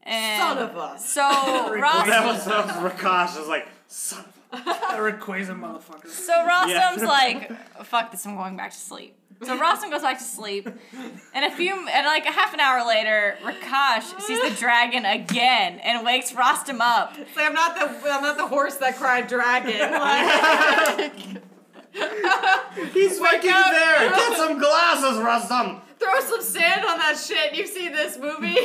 Speaker 4: And
Speaker 1: Son of a- (laughs)
Speaker 4: So
Speaker 2: (laughs) That
Speaker 4: Rostam,
Speaker 2: was, that was Rakosh. is like, son of
Speaker 3: That Rayquaza motherfucker.
Speaker 4: so Rostam's
Speaker 2: Yeah.
Speaker 4: like, fuck this, I'm going back to sleep. So Rostam goes back to sleep, and a few, and like a half an hour later, Rakash sees the dragon again and wakes Rostam up.
Speaker 1: It's like, I'm not the I'm not the horse that cried
Speaker 4: (laughs)
Speaker 1: dragon. Like,
Speaker 2: He's fucking
Speaker 1: up.
Speaker 4: (laughs)
Speaker 2: there! Get some glasses, Rustam!
Speaker 1: throw some sand on that shit. You've seen this
Speaker 4: (laughs)
Speaker 1: movie.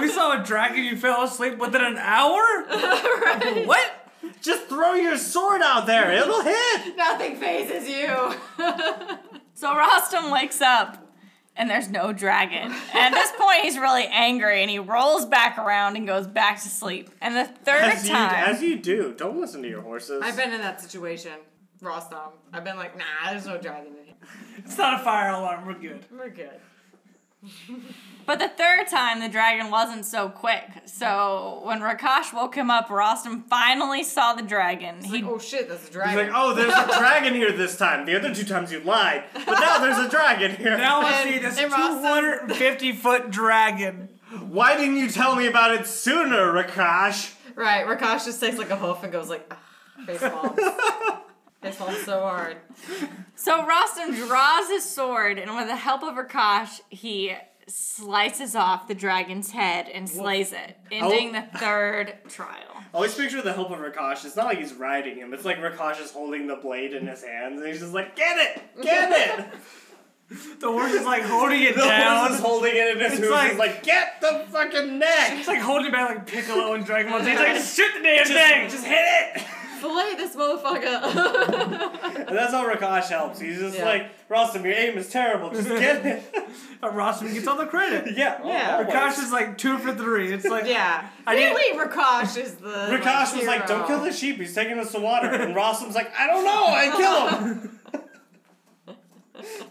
Speaker 3: We saw a dragon you fell asleep within an hour?
Speaker 4: Oh.
Speaker 1: Right?
Speaker 3: What?
Speaker 2: Just throw your sword out there, it'll hit!
Speaker 1: Nothing phases
Speaker 4: (laughs)
Speaker 1: you.
Speaker 4: So Rostam wakes up, and there's no dragon.
Speaker 2: (laughs)
Speaker 4: And at this point, he's really angry, and he rolls back around and goes back to sleep. And the third
Speaker 2: As you,
Speaker 4: time,
Speaker 2: as you do, don't listen to your horses.
Speaker 1: I've been in that situation, Rostam. I've been like, nah, there's no dragon in here.
Speaker 3: It's not a fire alarm. We're good.
Speaker 1: We're good.
Speaker 4: but the third time, the dragon wasn't so quick. So when Rakash woke him up, Rostam finally saw the dragon. He
Speaker 1: Like, oh shit, that's a
Speaker 2: He's
Speaker 1: dragon.
Speaker 2: like, oh, there's a dragon here this time. The other two times you lied, but now there's a dragon here.
Speaker 3: Now I
Speaker 1: And-
Speaker 3: see this
Speaker 1: and Ross says-
Speaker 3: 250 foot dragon.
Speaker 2: Why didn't you tell me about it sooner, Rakash?
Speaker 1: Right, Rakosh just takes like a hoof and goes like, ah, face (laughs) palms. face palms so hard.
Speaker 4: So Rostam draws his sword, and with the help of Rakash, he slices off the dragon's head and slays it, ending the third trial.
Speaker 2: Always picture the help of Rakash. It's not like he's riding him. It's like Rakash is holding the blade in his hands, and he's just like, get it, get (laughs) it.
Speaker 3: The horse is like holding (laughs) it
Speaker 2: The
Speaker 3: down.
Speaker 2: horse is holding it in his
Speaker 3: It's
Speaker 2: hooves.
Speaker 3: like-
Speaker 2: He's like, get the fucking neck.
Speaker 3: It's like holding back like Piccolo and Dragon Ball Z. It's like, shoot the damn thing!
Speaker 2: Just hit it.
Speaker 1: Fillet this motherfucker.
Speaker 2: And that's how Rakash helps. He's just
Speaker 1: Yeah.
Speaker 2: like, Rostam, your aim is terrible. Just get it. (laughs)
Speaker 3: But Rossman gets all the credit.
Speaker 2: yeah.
Speaker 1: Yeah.
Speaker 2: always.
Speaker 3: Gosh is like two for three. It's
Speaker 1: (laughs) (laughs)
Speaker 3: like,
Speaker 1: yeah.
Speaker 3: I didn't-
Speaker 1: really, Rakosh is the. like,
Speaker 2: Rakash was like,
Speaker 1: hero.
Speaker 2: don't kill the sheep. He's taking us to water. And Rostam's like, I don't know. I kill him.
Speaker 1: (laughs) So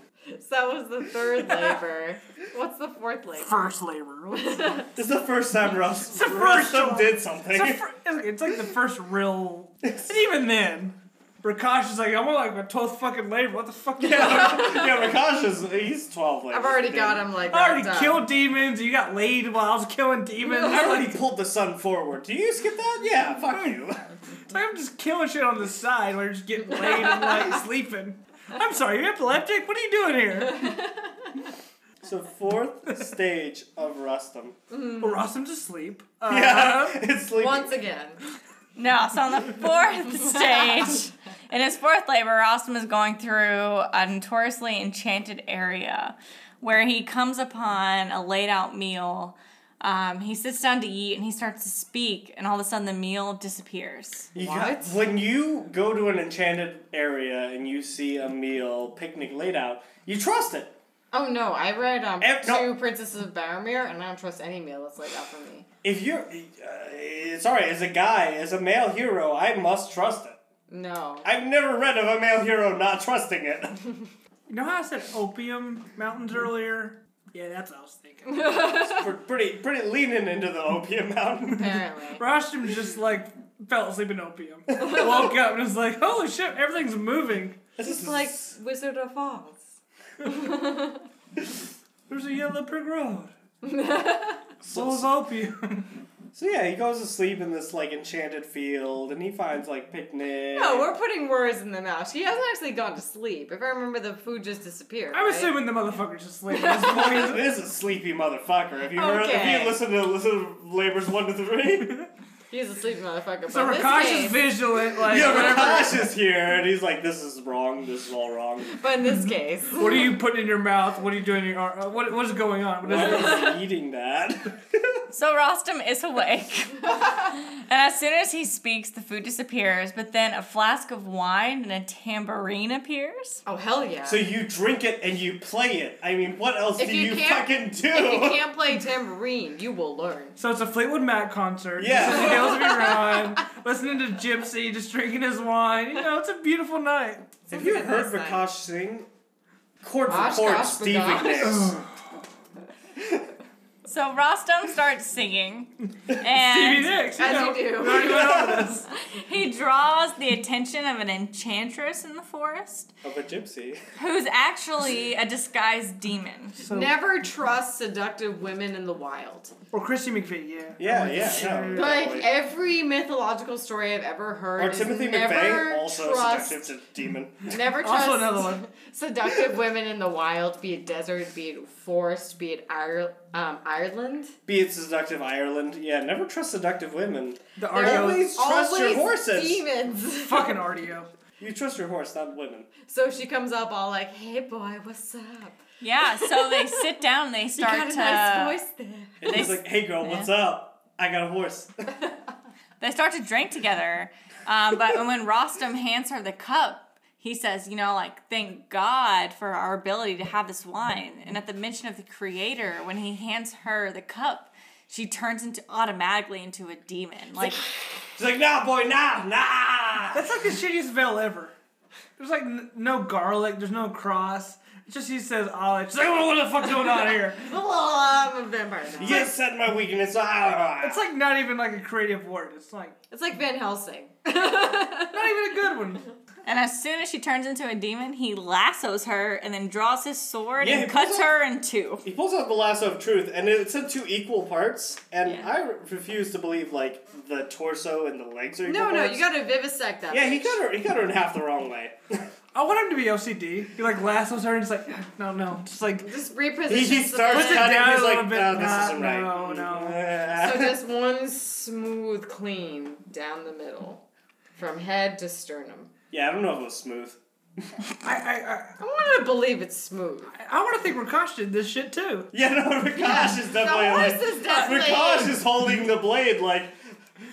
Speaker 1: that was the
Speaker 2: (laughs)
Speaker 1: third labor. What's the fourth labor?
Speaker 3: first labor. It's,
Speaker 2: this is the first time Ross,
Speaker 3: the first
Speaker 2: Rostam (laughs)
Speaker 3: one.
Speaker 2: did something.
Speaker 3: the fir- it's like the first real. And even then, Prakash is like, I'm on like my 12th fucking labor. What the fuck?
Speaker 2: yeah, yeah, Rakash is he's twelve. Like,
Speaker 1: I've already
Speaker 2: dude.
Speaker 1: got him like.
Speaker 3: I already
Speaker 1: wrapped up.
Speaker 3: killed demons. You got laid while I was killing demons.
Speaker 2: (laughs) I already pulled the sun forward. Do you skip that? Yeah, fuck you.
Speaker 3: It's like I'm just killing shit on the side while you're just getting laid and like sleeping. I'm sorry, you're epileptic? What are you doing here?
Speaker 2: So fourth stage of Rustum.
Speaker 3: Well, Rossum's asleep. Uh,
Speaker 2: Yeah, it's sleeping.
Speaker 1: Uh-huh. Once again,
Speaker 4: No, so on the fourth stage, in his fourth labor, Rostam is going through a notoriously enchanted area where he comes upon a laid out meal. Um, he sits down to eat and he starts to speak, and all of a sudden the meal disappears.
Speaker 2: You got-
Speaker 1: What?
Speaker 2: when you go to an enchanted area and you see a meal picnic laid out, you trust it.
Speaker 1: oh no, I read um
Speaker 2: Ev- no.
Speaker 1: two Princesses of Baromir, and I don't trust any meal that's laid out for me.
Speaker 2: If you're, uh, sorry, as a guy, as a male hero, I must trust it. (laughs)
Speaker 1: No,
Speaker 2: I've never read of a male hero not trusting it. (laughs)
Speaker 3: You know how I said opium mountains earlier? Yeah, that's what I was thinking.
Speaker 2: We're pretty, pretty leaning into the opium
Speaker 1: (laughs)
Speaker 2: mountain.
Speaker 1: apparently.
Speaker 3: Rostam just like fell asleep
Speaker 1: (laughs)
Speaker 3: in opium. Woke up and was like, holy shit, everything's moving.
Speaker 2: This
Speaker 1: It's
Speaker 2: is-
Speaker 1: like Wizard of Oz.
Speaker 3: There's a yellow
Speaker 1: (laughs)
Speaker 3: brick road. Full of opium. (laughs)
Speaker 2: So yeah, he goes to sleep in this like enchanted field, and he finds like picnic. (laughs)
Speaker 1: No, we're putting words in the mouth. She hasn't actually gone to sleep. If I remember, the food just disappeared.
Speaker 3: I'm
Speaker 1: right?
Speaker 3: assuming the motherfucker's asleep. At
Speaker 1: (laughs)
Speaker 3: this point.
Speaker 2: Oh, this is a sleepy motherfucker. If you heard, if
Speaker 1: Okay.
Speaker 2: you listen to listen to labors one to three.
Speaker 1: (laughs)
Speaker 2: (laughs)
Speaker 1: he's a sleepy motherfucker. but
Speaker 3: So
Speaker 1: in this
Speaker 3: Rakash is
Speaker 1: case-
Speaker 3: vigilant, like
Speaker 2: Yeah,
Speaker 3: whatever.
Speaker 2: Rakash is here, and he's like, "This is wrong. This is all
Speaker 1: (laughs)
Speaker 2: wrong."
Speaker 1: But in this case,
Speaker 3: (laughs) What are you putting in your mouth? What are you doing in your arm? uh, What, what is going on? What is
Speaker 2: What
Speaker 3: it?
Speaker 2: is eating that? (laughs)
Speaker 4: So Rostam is awake. and as soon as he speaks, the food disappears, but then a flask of wine and a tambourine appears.
Speaker 1: oh hell yeah!
Speaker 2: so you drink it and you play it. I mean, what else
Speaker 1: If
Speaker 2: do
Speaker 1: you
Speaker 2: you,
Speaker 1: can't-
Speaker 2: fucking do?
Speaker 1: if you can't play tambourine, you will learn.
Speaker 3: So it's a Fleetwood Mac concert.
Speaker 2: Yeah.
Speaker 3: Just
Speaker 1: (laughs)
Speaker 3: the Hills of Iran, listening to Gypsy, just drinking his wine. You know, it's a beautiful night.
Speaker 2: Have you
Speaker 1: Isn't it
Speaker 2: heard
Speaker 1: this
Speaker 2: Rakash sing? Chord for
Speaker 1: Osh,
Speaker 2: chord,
Speaker 1: gosh,
Speaker 2: Steve
Speaker 1: gosh.
Speaker 2: McNair.
Speaker 4: So Rostam starts singing.
Speaker 3: Stevie
Speaker 4: And
Speaker 3: Nicks. You
Speaker 1: As you
Speaker 3: know, (laughs)
Speaker 1: do.
Speaker 3: We already went over this.
Speaker 4: He draws the attention of an enchantress in the forest
Speaker 2: (laughs) Of a gypsy.
Speaker 4: who's actually a disguised demon.
Speaker 3: So,
Speaker 1: Never trust seductive women in the wild.
Speaker 3: or Christy McVie, yeah.
Speaker 2: Yeah,
Speaker 3: Like,
Speaker 2: yeah,
Speaker 3: sure.
Speaker 2: no.
Speaker 1: Like
Speaker 2: Totally.
Speaker 1: every mythological story I've ever heard.
Speaker 2: Or
Speaker 1: is
Speaker 2: Timothy
Speaker 1: never
Speaker 2: McVeigh, also
Speaker 1: trust, (laughs)
Speaker 2: seductive to demon.
Speaker 1: Never trust
Speaker 3: Also another one.
Speaker 1: (laughs) seductive women in the wild, be it desert, be it forest, be it Ire- um, Ireland.
Speaker 2: Be it seductive Ireland. Yeah, never trust seductive women.
Speaker 1: They're
Speaker 3: The RDO.
Speaker 2: Always trust your
Speaker 1: always
Speaker 2: horses.
Speaker 1: Demons.
Speaker 3: Fucking RDO.
Speaker 2: You trust your horse, not women.
Speaker 1: So she comes up all like, "Hey boy, what's up?
Speaker 4: Yeah, so they sit down and
Speaker 1: (laughs)
Speaker 4: they
Speaker 1: You
Speaker 4: start
Speaker 1: got a
Speaker 4: to
Speaker 1: nice voice there."
Speaker 2: And he's
Speaker 4: They-
Speaker 2: like, hey girl, what's up? I got a horse. (laughs)
Speaker 4: they start to drink together. Um, but when Rostam hands her the cup, he says, you know, like, thank God for our ability to have this wine. And at the mention of the creator, when he hands her the cup, she turns into automatically into a demon. Like
Speaker 2: She's like, nah, boy, nah, nah.
Speaker 3: That's like the shittiest veil ever. There's like n- no garlic, there's no cross. It's just he says olive. She's like, "Oh, what the fuck's going
Speaker 2: (laughs)
Speaker 3: on here?
Speaker 1: Oh, I'm a vampire now.
Speaker 2: You said my weakness. Ah.
Speaker 3: It's like not even like a creative word. It's like
Speaker 1: It's like Van
Speaker 2: (laughs)
Speaker 1: Helsing.
Speaker 3: not even a good one.
Speaker 4: And as soon as she turns into a demon, he lassos her and then draws his sword
Speaker 2: Yeah, he
Speaker 4: and
Speaker 2: pulls
Speaker 4: cuts
Speaker 2: out-
Speaker 4: her in two.
Speaker 2: he pulls out the lasso of truth, and it's in two equal parts. And
Speaker 4: Yeah.
Speaker 2: I re- refuse to believe like the torso and the legs are. equal
Speaker 1: No, no,
Speaker 2: parts.
Speaker 1: you gotta vivisect that.
Speaker 2: Yeah, he
Speaker 1: bitch.
Speaker 2: cut her. He cut her in half the wrong way. (laughs)
Speaker 3: I want him to be OCD. He like lassos her and just like no no, just like
Speaker 1: Just reposition.
Speaker 2: He, he starts
Speaker 3: Puts it
Speaker 2: cutting.
Speaker 3: down
Speaker 2: He's
Speaker 3: a
Speaker 2: like,
Speaker 3: little bit.
Speaker 2: no, this
Speaker 3: Nah,
Speaker 2: isn't right.
Speaker 3: no,
Speaker 1: (laughs)
Speaker 3: no.
Speaker 2: (laughs)
Speaker 1: So just one smooth clean down the middle, from head to sternum.
Speaker 2: yeah, I don't know if it was smooth.
Speaker 3: I I I,
Speaker 1: I want to believe it's smooth.
Speaker 3: I want to think Rakosh did this shit too.
Speaker 2: Yeah, no, Rakash is
Speaker 1: The
Speaker 2: definitely
Speaker 1: horse
Speaker 2: like.
Speaker 1: is definitely.
Speaker 2: Rakash is holding the blade like.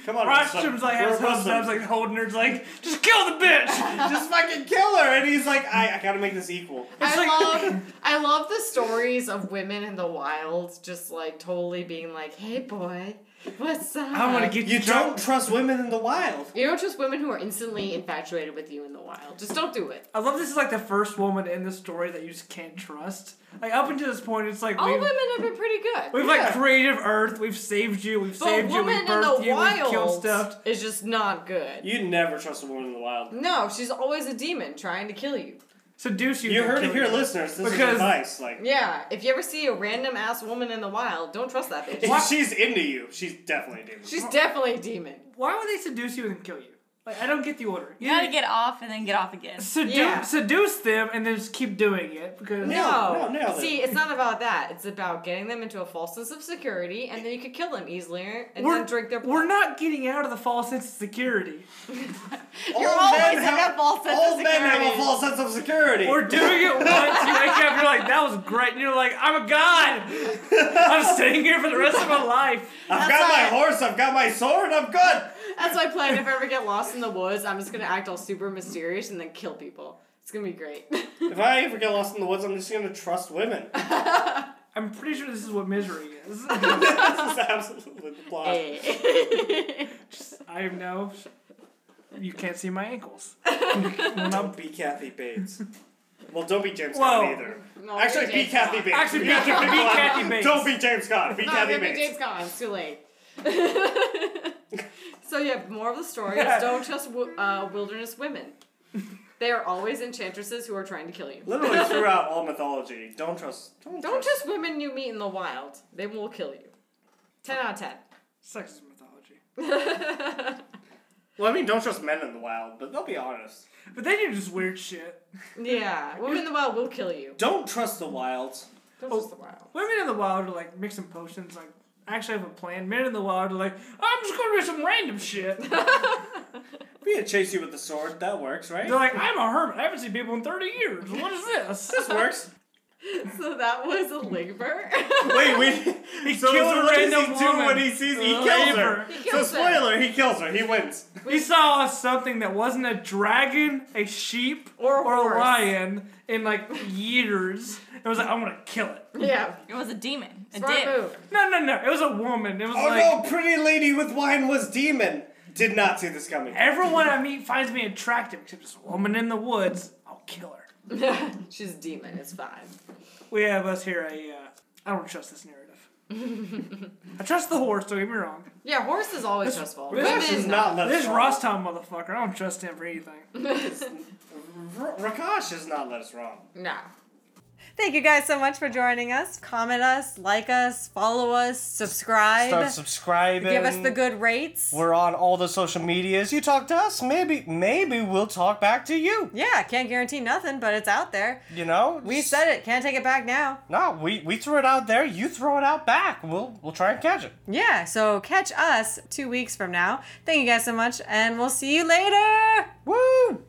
Speaker 2: Come on,
Speaker 3: Rostam's like has
Speaker 2: Rustam.
Speaker 3: his hands like holding her, just like just kill
Speaker 2: (laughs)
Speaker 3: the bitch.
Speaker 2: Just fucking kill her, and he's like, I, I gotta make this equal.
Speaker 3: It's
Speaker 1: I
Speaker 3: like-
Speaker 1: love,
Speaker 3: (laughs)
Speaker 1: I love the stories of women in the wild, just like totally being like, "Hey, boy, what's up?"
Speaker 3: I want to get
Speaker 2: You
Speaker 3: drunk.
Speaker 2: don't trust women in the wild.
Speaker 1: You don't trust women who are instantly infatuated with you in the wild. Just don't do it.
Speaker 3: I love this is like the first woman in the story that you just can't trust. Like up until this point, it's like
Speaker 1: All
Speaker 3: we've,
Speaker 1: women have been pretty good.
Speaker 3: we've
Speaker 2: yeah.
Speaker 3: like creative Earth, we've saved you, we've
Speaker 1: But
Speaker 3: saved you,
Speaker 1: woman
Speaker 3: we've
Speaker 1: in the
Speaker 3: birthed you, we've
Speaker 1: wild
Speaker 3: killed
Speaker 1: wolves
Speaker 3: stuffed.
Speaker 1: is just not good.
Speaker 2: You'd never trust a woman in the wild.
Speaker 1: no, she's always a demon trying to kill you.
Speaker 3: Seduce you.
Speaker 2: You
Speaker 3: to
Speaker 2: heard it
Speaker 3: kill
Speaker 2: here,
Speaker 3: you.
Speaker 2: listeners. This
Speaker 3: Because-
Speaker 2: is advice. Like,
Speaker 1: Yeah, if you ever see a random ass woman in the wild, don't trust that bitch.
Speaker 2: if she's into you, she's definitely a demon.
Speaker 1: She's definitely a demon.
Speaker 3: Why would they seduce you and kill you? Like I don't get the order.
Speaker 4: You gotta get off and then get off again.
Speaker 3: seduce
Speaker 1: Yeah.
Speaker 3: seduce them and then just keep doing it because
Speaker 2: No,
Speaker 1: No,
Speaker 2: no, no.
Speaker 1: See, it's not about that. It's about getting them into a false sense of security, and then you could kill them easily and
Speaker 3: we're
Speaker 1: then drink their blood.
Speaker 3: we're not getting out of the false sense of security.
Speaker 1: You're
Speaker 2: Old
Speaker 1: always
Speaker 2: men
Speaker 1: in
Speaker 2: have-
Speaker 1: that false sense
Speaker 2: Old
Speaker 1: of
Speaker 2: men
Speaker 1: security.
Speaker 2: have a false sense of security.
Speaker 3: We're doing it once. You wake up, you're like, "That was great," and you're like, "I'm
Speaker 2: (laughs)
Speaker 3: a god. I'm staying here for the rest of my life."
Speaker 2: I've
Speaker 1: That's
Speaker 2: got my
Speaker 1: why-
Speaker 2: horse, I've got my sword, I'm good.
Speaker 1: That's my plan. If I ever get lost in the woods, I'm just gonna act all super mysterious and then kill people. It's gonna
Speaker 2: (laughs)
Speaker 1: be great.
Speaker 2: If I ever get lost in the woods, I'm just gonna trust
Speaker 1: (laughs)
Speaker 2: women.
Speaker 3: I'm pretty sure this is what misery is. (laughs)
Speaker 2: this is absolutely the plot.
Speaker 1: Hey.
Speaker 3: I have no. You can't see my ankles.
Speaker 2: Don't be Kathy Bates. Well, don't be James
Speaker 3: Whoa.
Speaker 2: Scott either.
Speaker 1: No,
Speaker 2: Actually, be
Speaker 1: James
Speaker 2: Kathy
Speaker 1: Caan.
Speaker 2: Bates.
Speaker 3: Actually,
Speaker 2: We
Speaker 3: be-
Speaker 2: have to
Speaker 3: be
Speaker 2: pick one.
Speaker 3: Kathy Bates.
Speaker 2: Don't be James Scott. Be
Speaker 1: No,
Speaker 2: Kathy
Speaker 1: it'd be
Speaker 2: Bates.
Speaker 1: James Caan. It's too
Speaker 2: (laughs)
Speaker 1: late. so yeah, more of the story is don't trust w- uh, wilderness women. They are always enchantresses who are trying to kill you.
Speaker 2: Literally throughout all mythology, don't trust. Don't,
Speaker 1: Don't trust women you meet in the wild. They will kill you. 10 out of
Speaker 3: Sex is mythology.
Speaker 1: 10.
Speaker 2: Well, I mean, don't trust men in the wild, but they'll be honest.
Speaker 3: But then you're just weird shit.
Speaker 1: (laughs) yeah, women in the wild will kill you.
Speaker 2: Don't trust the wild.
Speaker 1: Don't
Speaker 3: Oh.
Speaker 1: trust the wild. (laughs)
Speaker 3: Women in the wild are like mixing potions. Like, I actually have a plan. Men in the wild are like, I'm just gonna do some random shit.
Speaker 2: Be a chase you with the sword. That works, right?
Speaker 3: They're like, I'm a hermit. I haven't seen people in 30 years. What is this?
Speaker 2: this (laughs) works.
Speaker 1: So that was a labor.
Speaker 2: Wait, (laughs) we.
Speaker 3: He
Speaker 2: So,
Speaker 3: killed
Speaker 2: so
Speaker 3: a
Speaker 2: what does
Speaker 3: random
Speaker 2: he do
Speaker 3: woman.
Speaker 2: when he sees he
Speaker 3: Uh,
Speaker 2: kills her?
Speaker 3: labor.
Speaker 1: He
Speaker 2: So
Speaker 1: kills her.
Speaker 2: spoiler, he kills her. He wins.
Speaker 3: He saw something that wasn't a dragon, a sheep,
Speaker 1: Or a horse.
Speaker 3: a lion in like years. It was like, I'm gonna kill it.
Speaker 1: (laughs) yeah.
Speaker 4: It was a demon.
Speaker 1: (laughs)
Speaker 4: A
Speaker 1: Smart
Speaker 4: dick.
Speaker 1: move.
Speaker 3: No, no, no. It was a woman. It was
Speaker 2: Oh
Speaker 3: like,
Speaker 2: no, pretty lady with wine was demon. Did not see this coming.
Speaker 3: everyone I meet finds me attractive except this woman in the woods. I'll kill her.
Speaker 1: (laughs) She's a demon. It's fine.
Speaker 3: We have us here. A, uh, I don't trust this narrative.
Speaker 1: (laughs)
Speaker 3: I trust the horse. Don't get me wrong.
Speaker 1: Yeah, horse is always trustful.
Speaker 3: this
Speaker 1: (laughs) Women,
Speaker 2: This is not let us
Speaker 3: This
Speaker 2: wrong.
Speaker 3: Rostom motherfucker. I don't trust him for anything.
Speaker 2: R- Rakosh has not let us wrong.
Speaker 1: No. Thank you guys so much for joining us. Comment us, like us, follow us, subscribe.
Speaker 2: Start subscribing.
Speaker 1: Give us the good rates.
Speaker 2: We're on all the social medias. You talk to us, maybe maybe we'll talk back to you.
Speaker 1: Yeah, can't guarantee nothing, but it's out there.
Speaker 2: You know?
Speaker 1: We said it, can't take it back now.
Speaker 2: No, we, we threw it out there, you throw it out back. We'll we'll try and catch it.
Speaker 1: Yeah, so catch us two weeks from now. Thank you guys so much, and we'll see you later.
Speaker 2: Woo!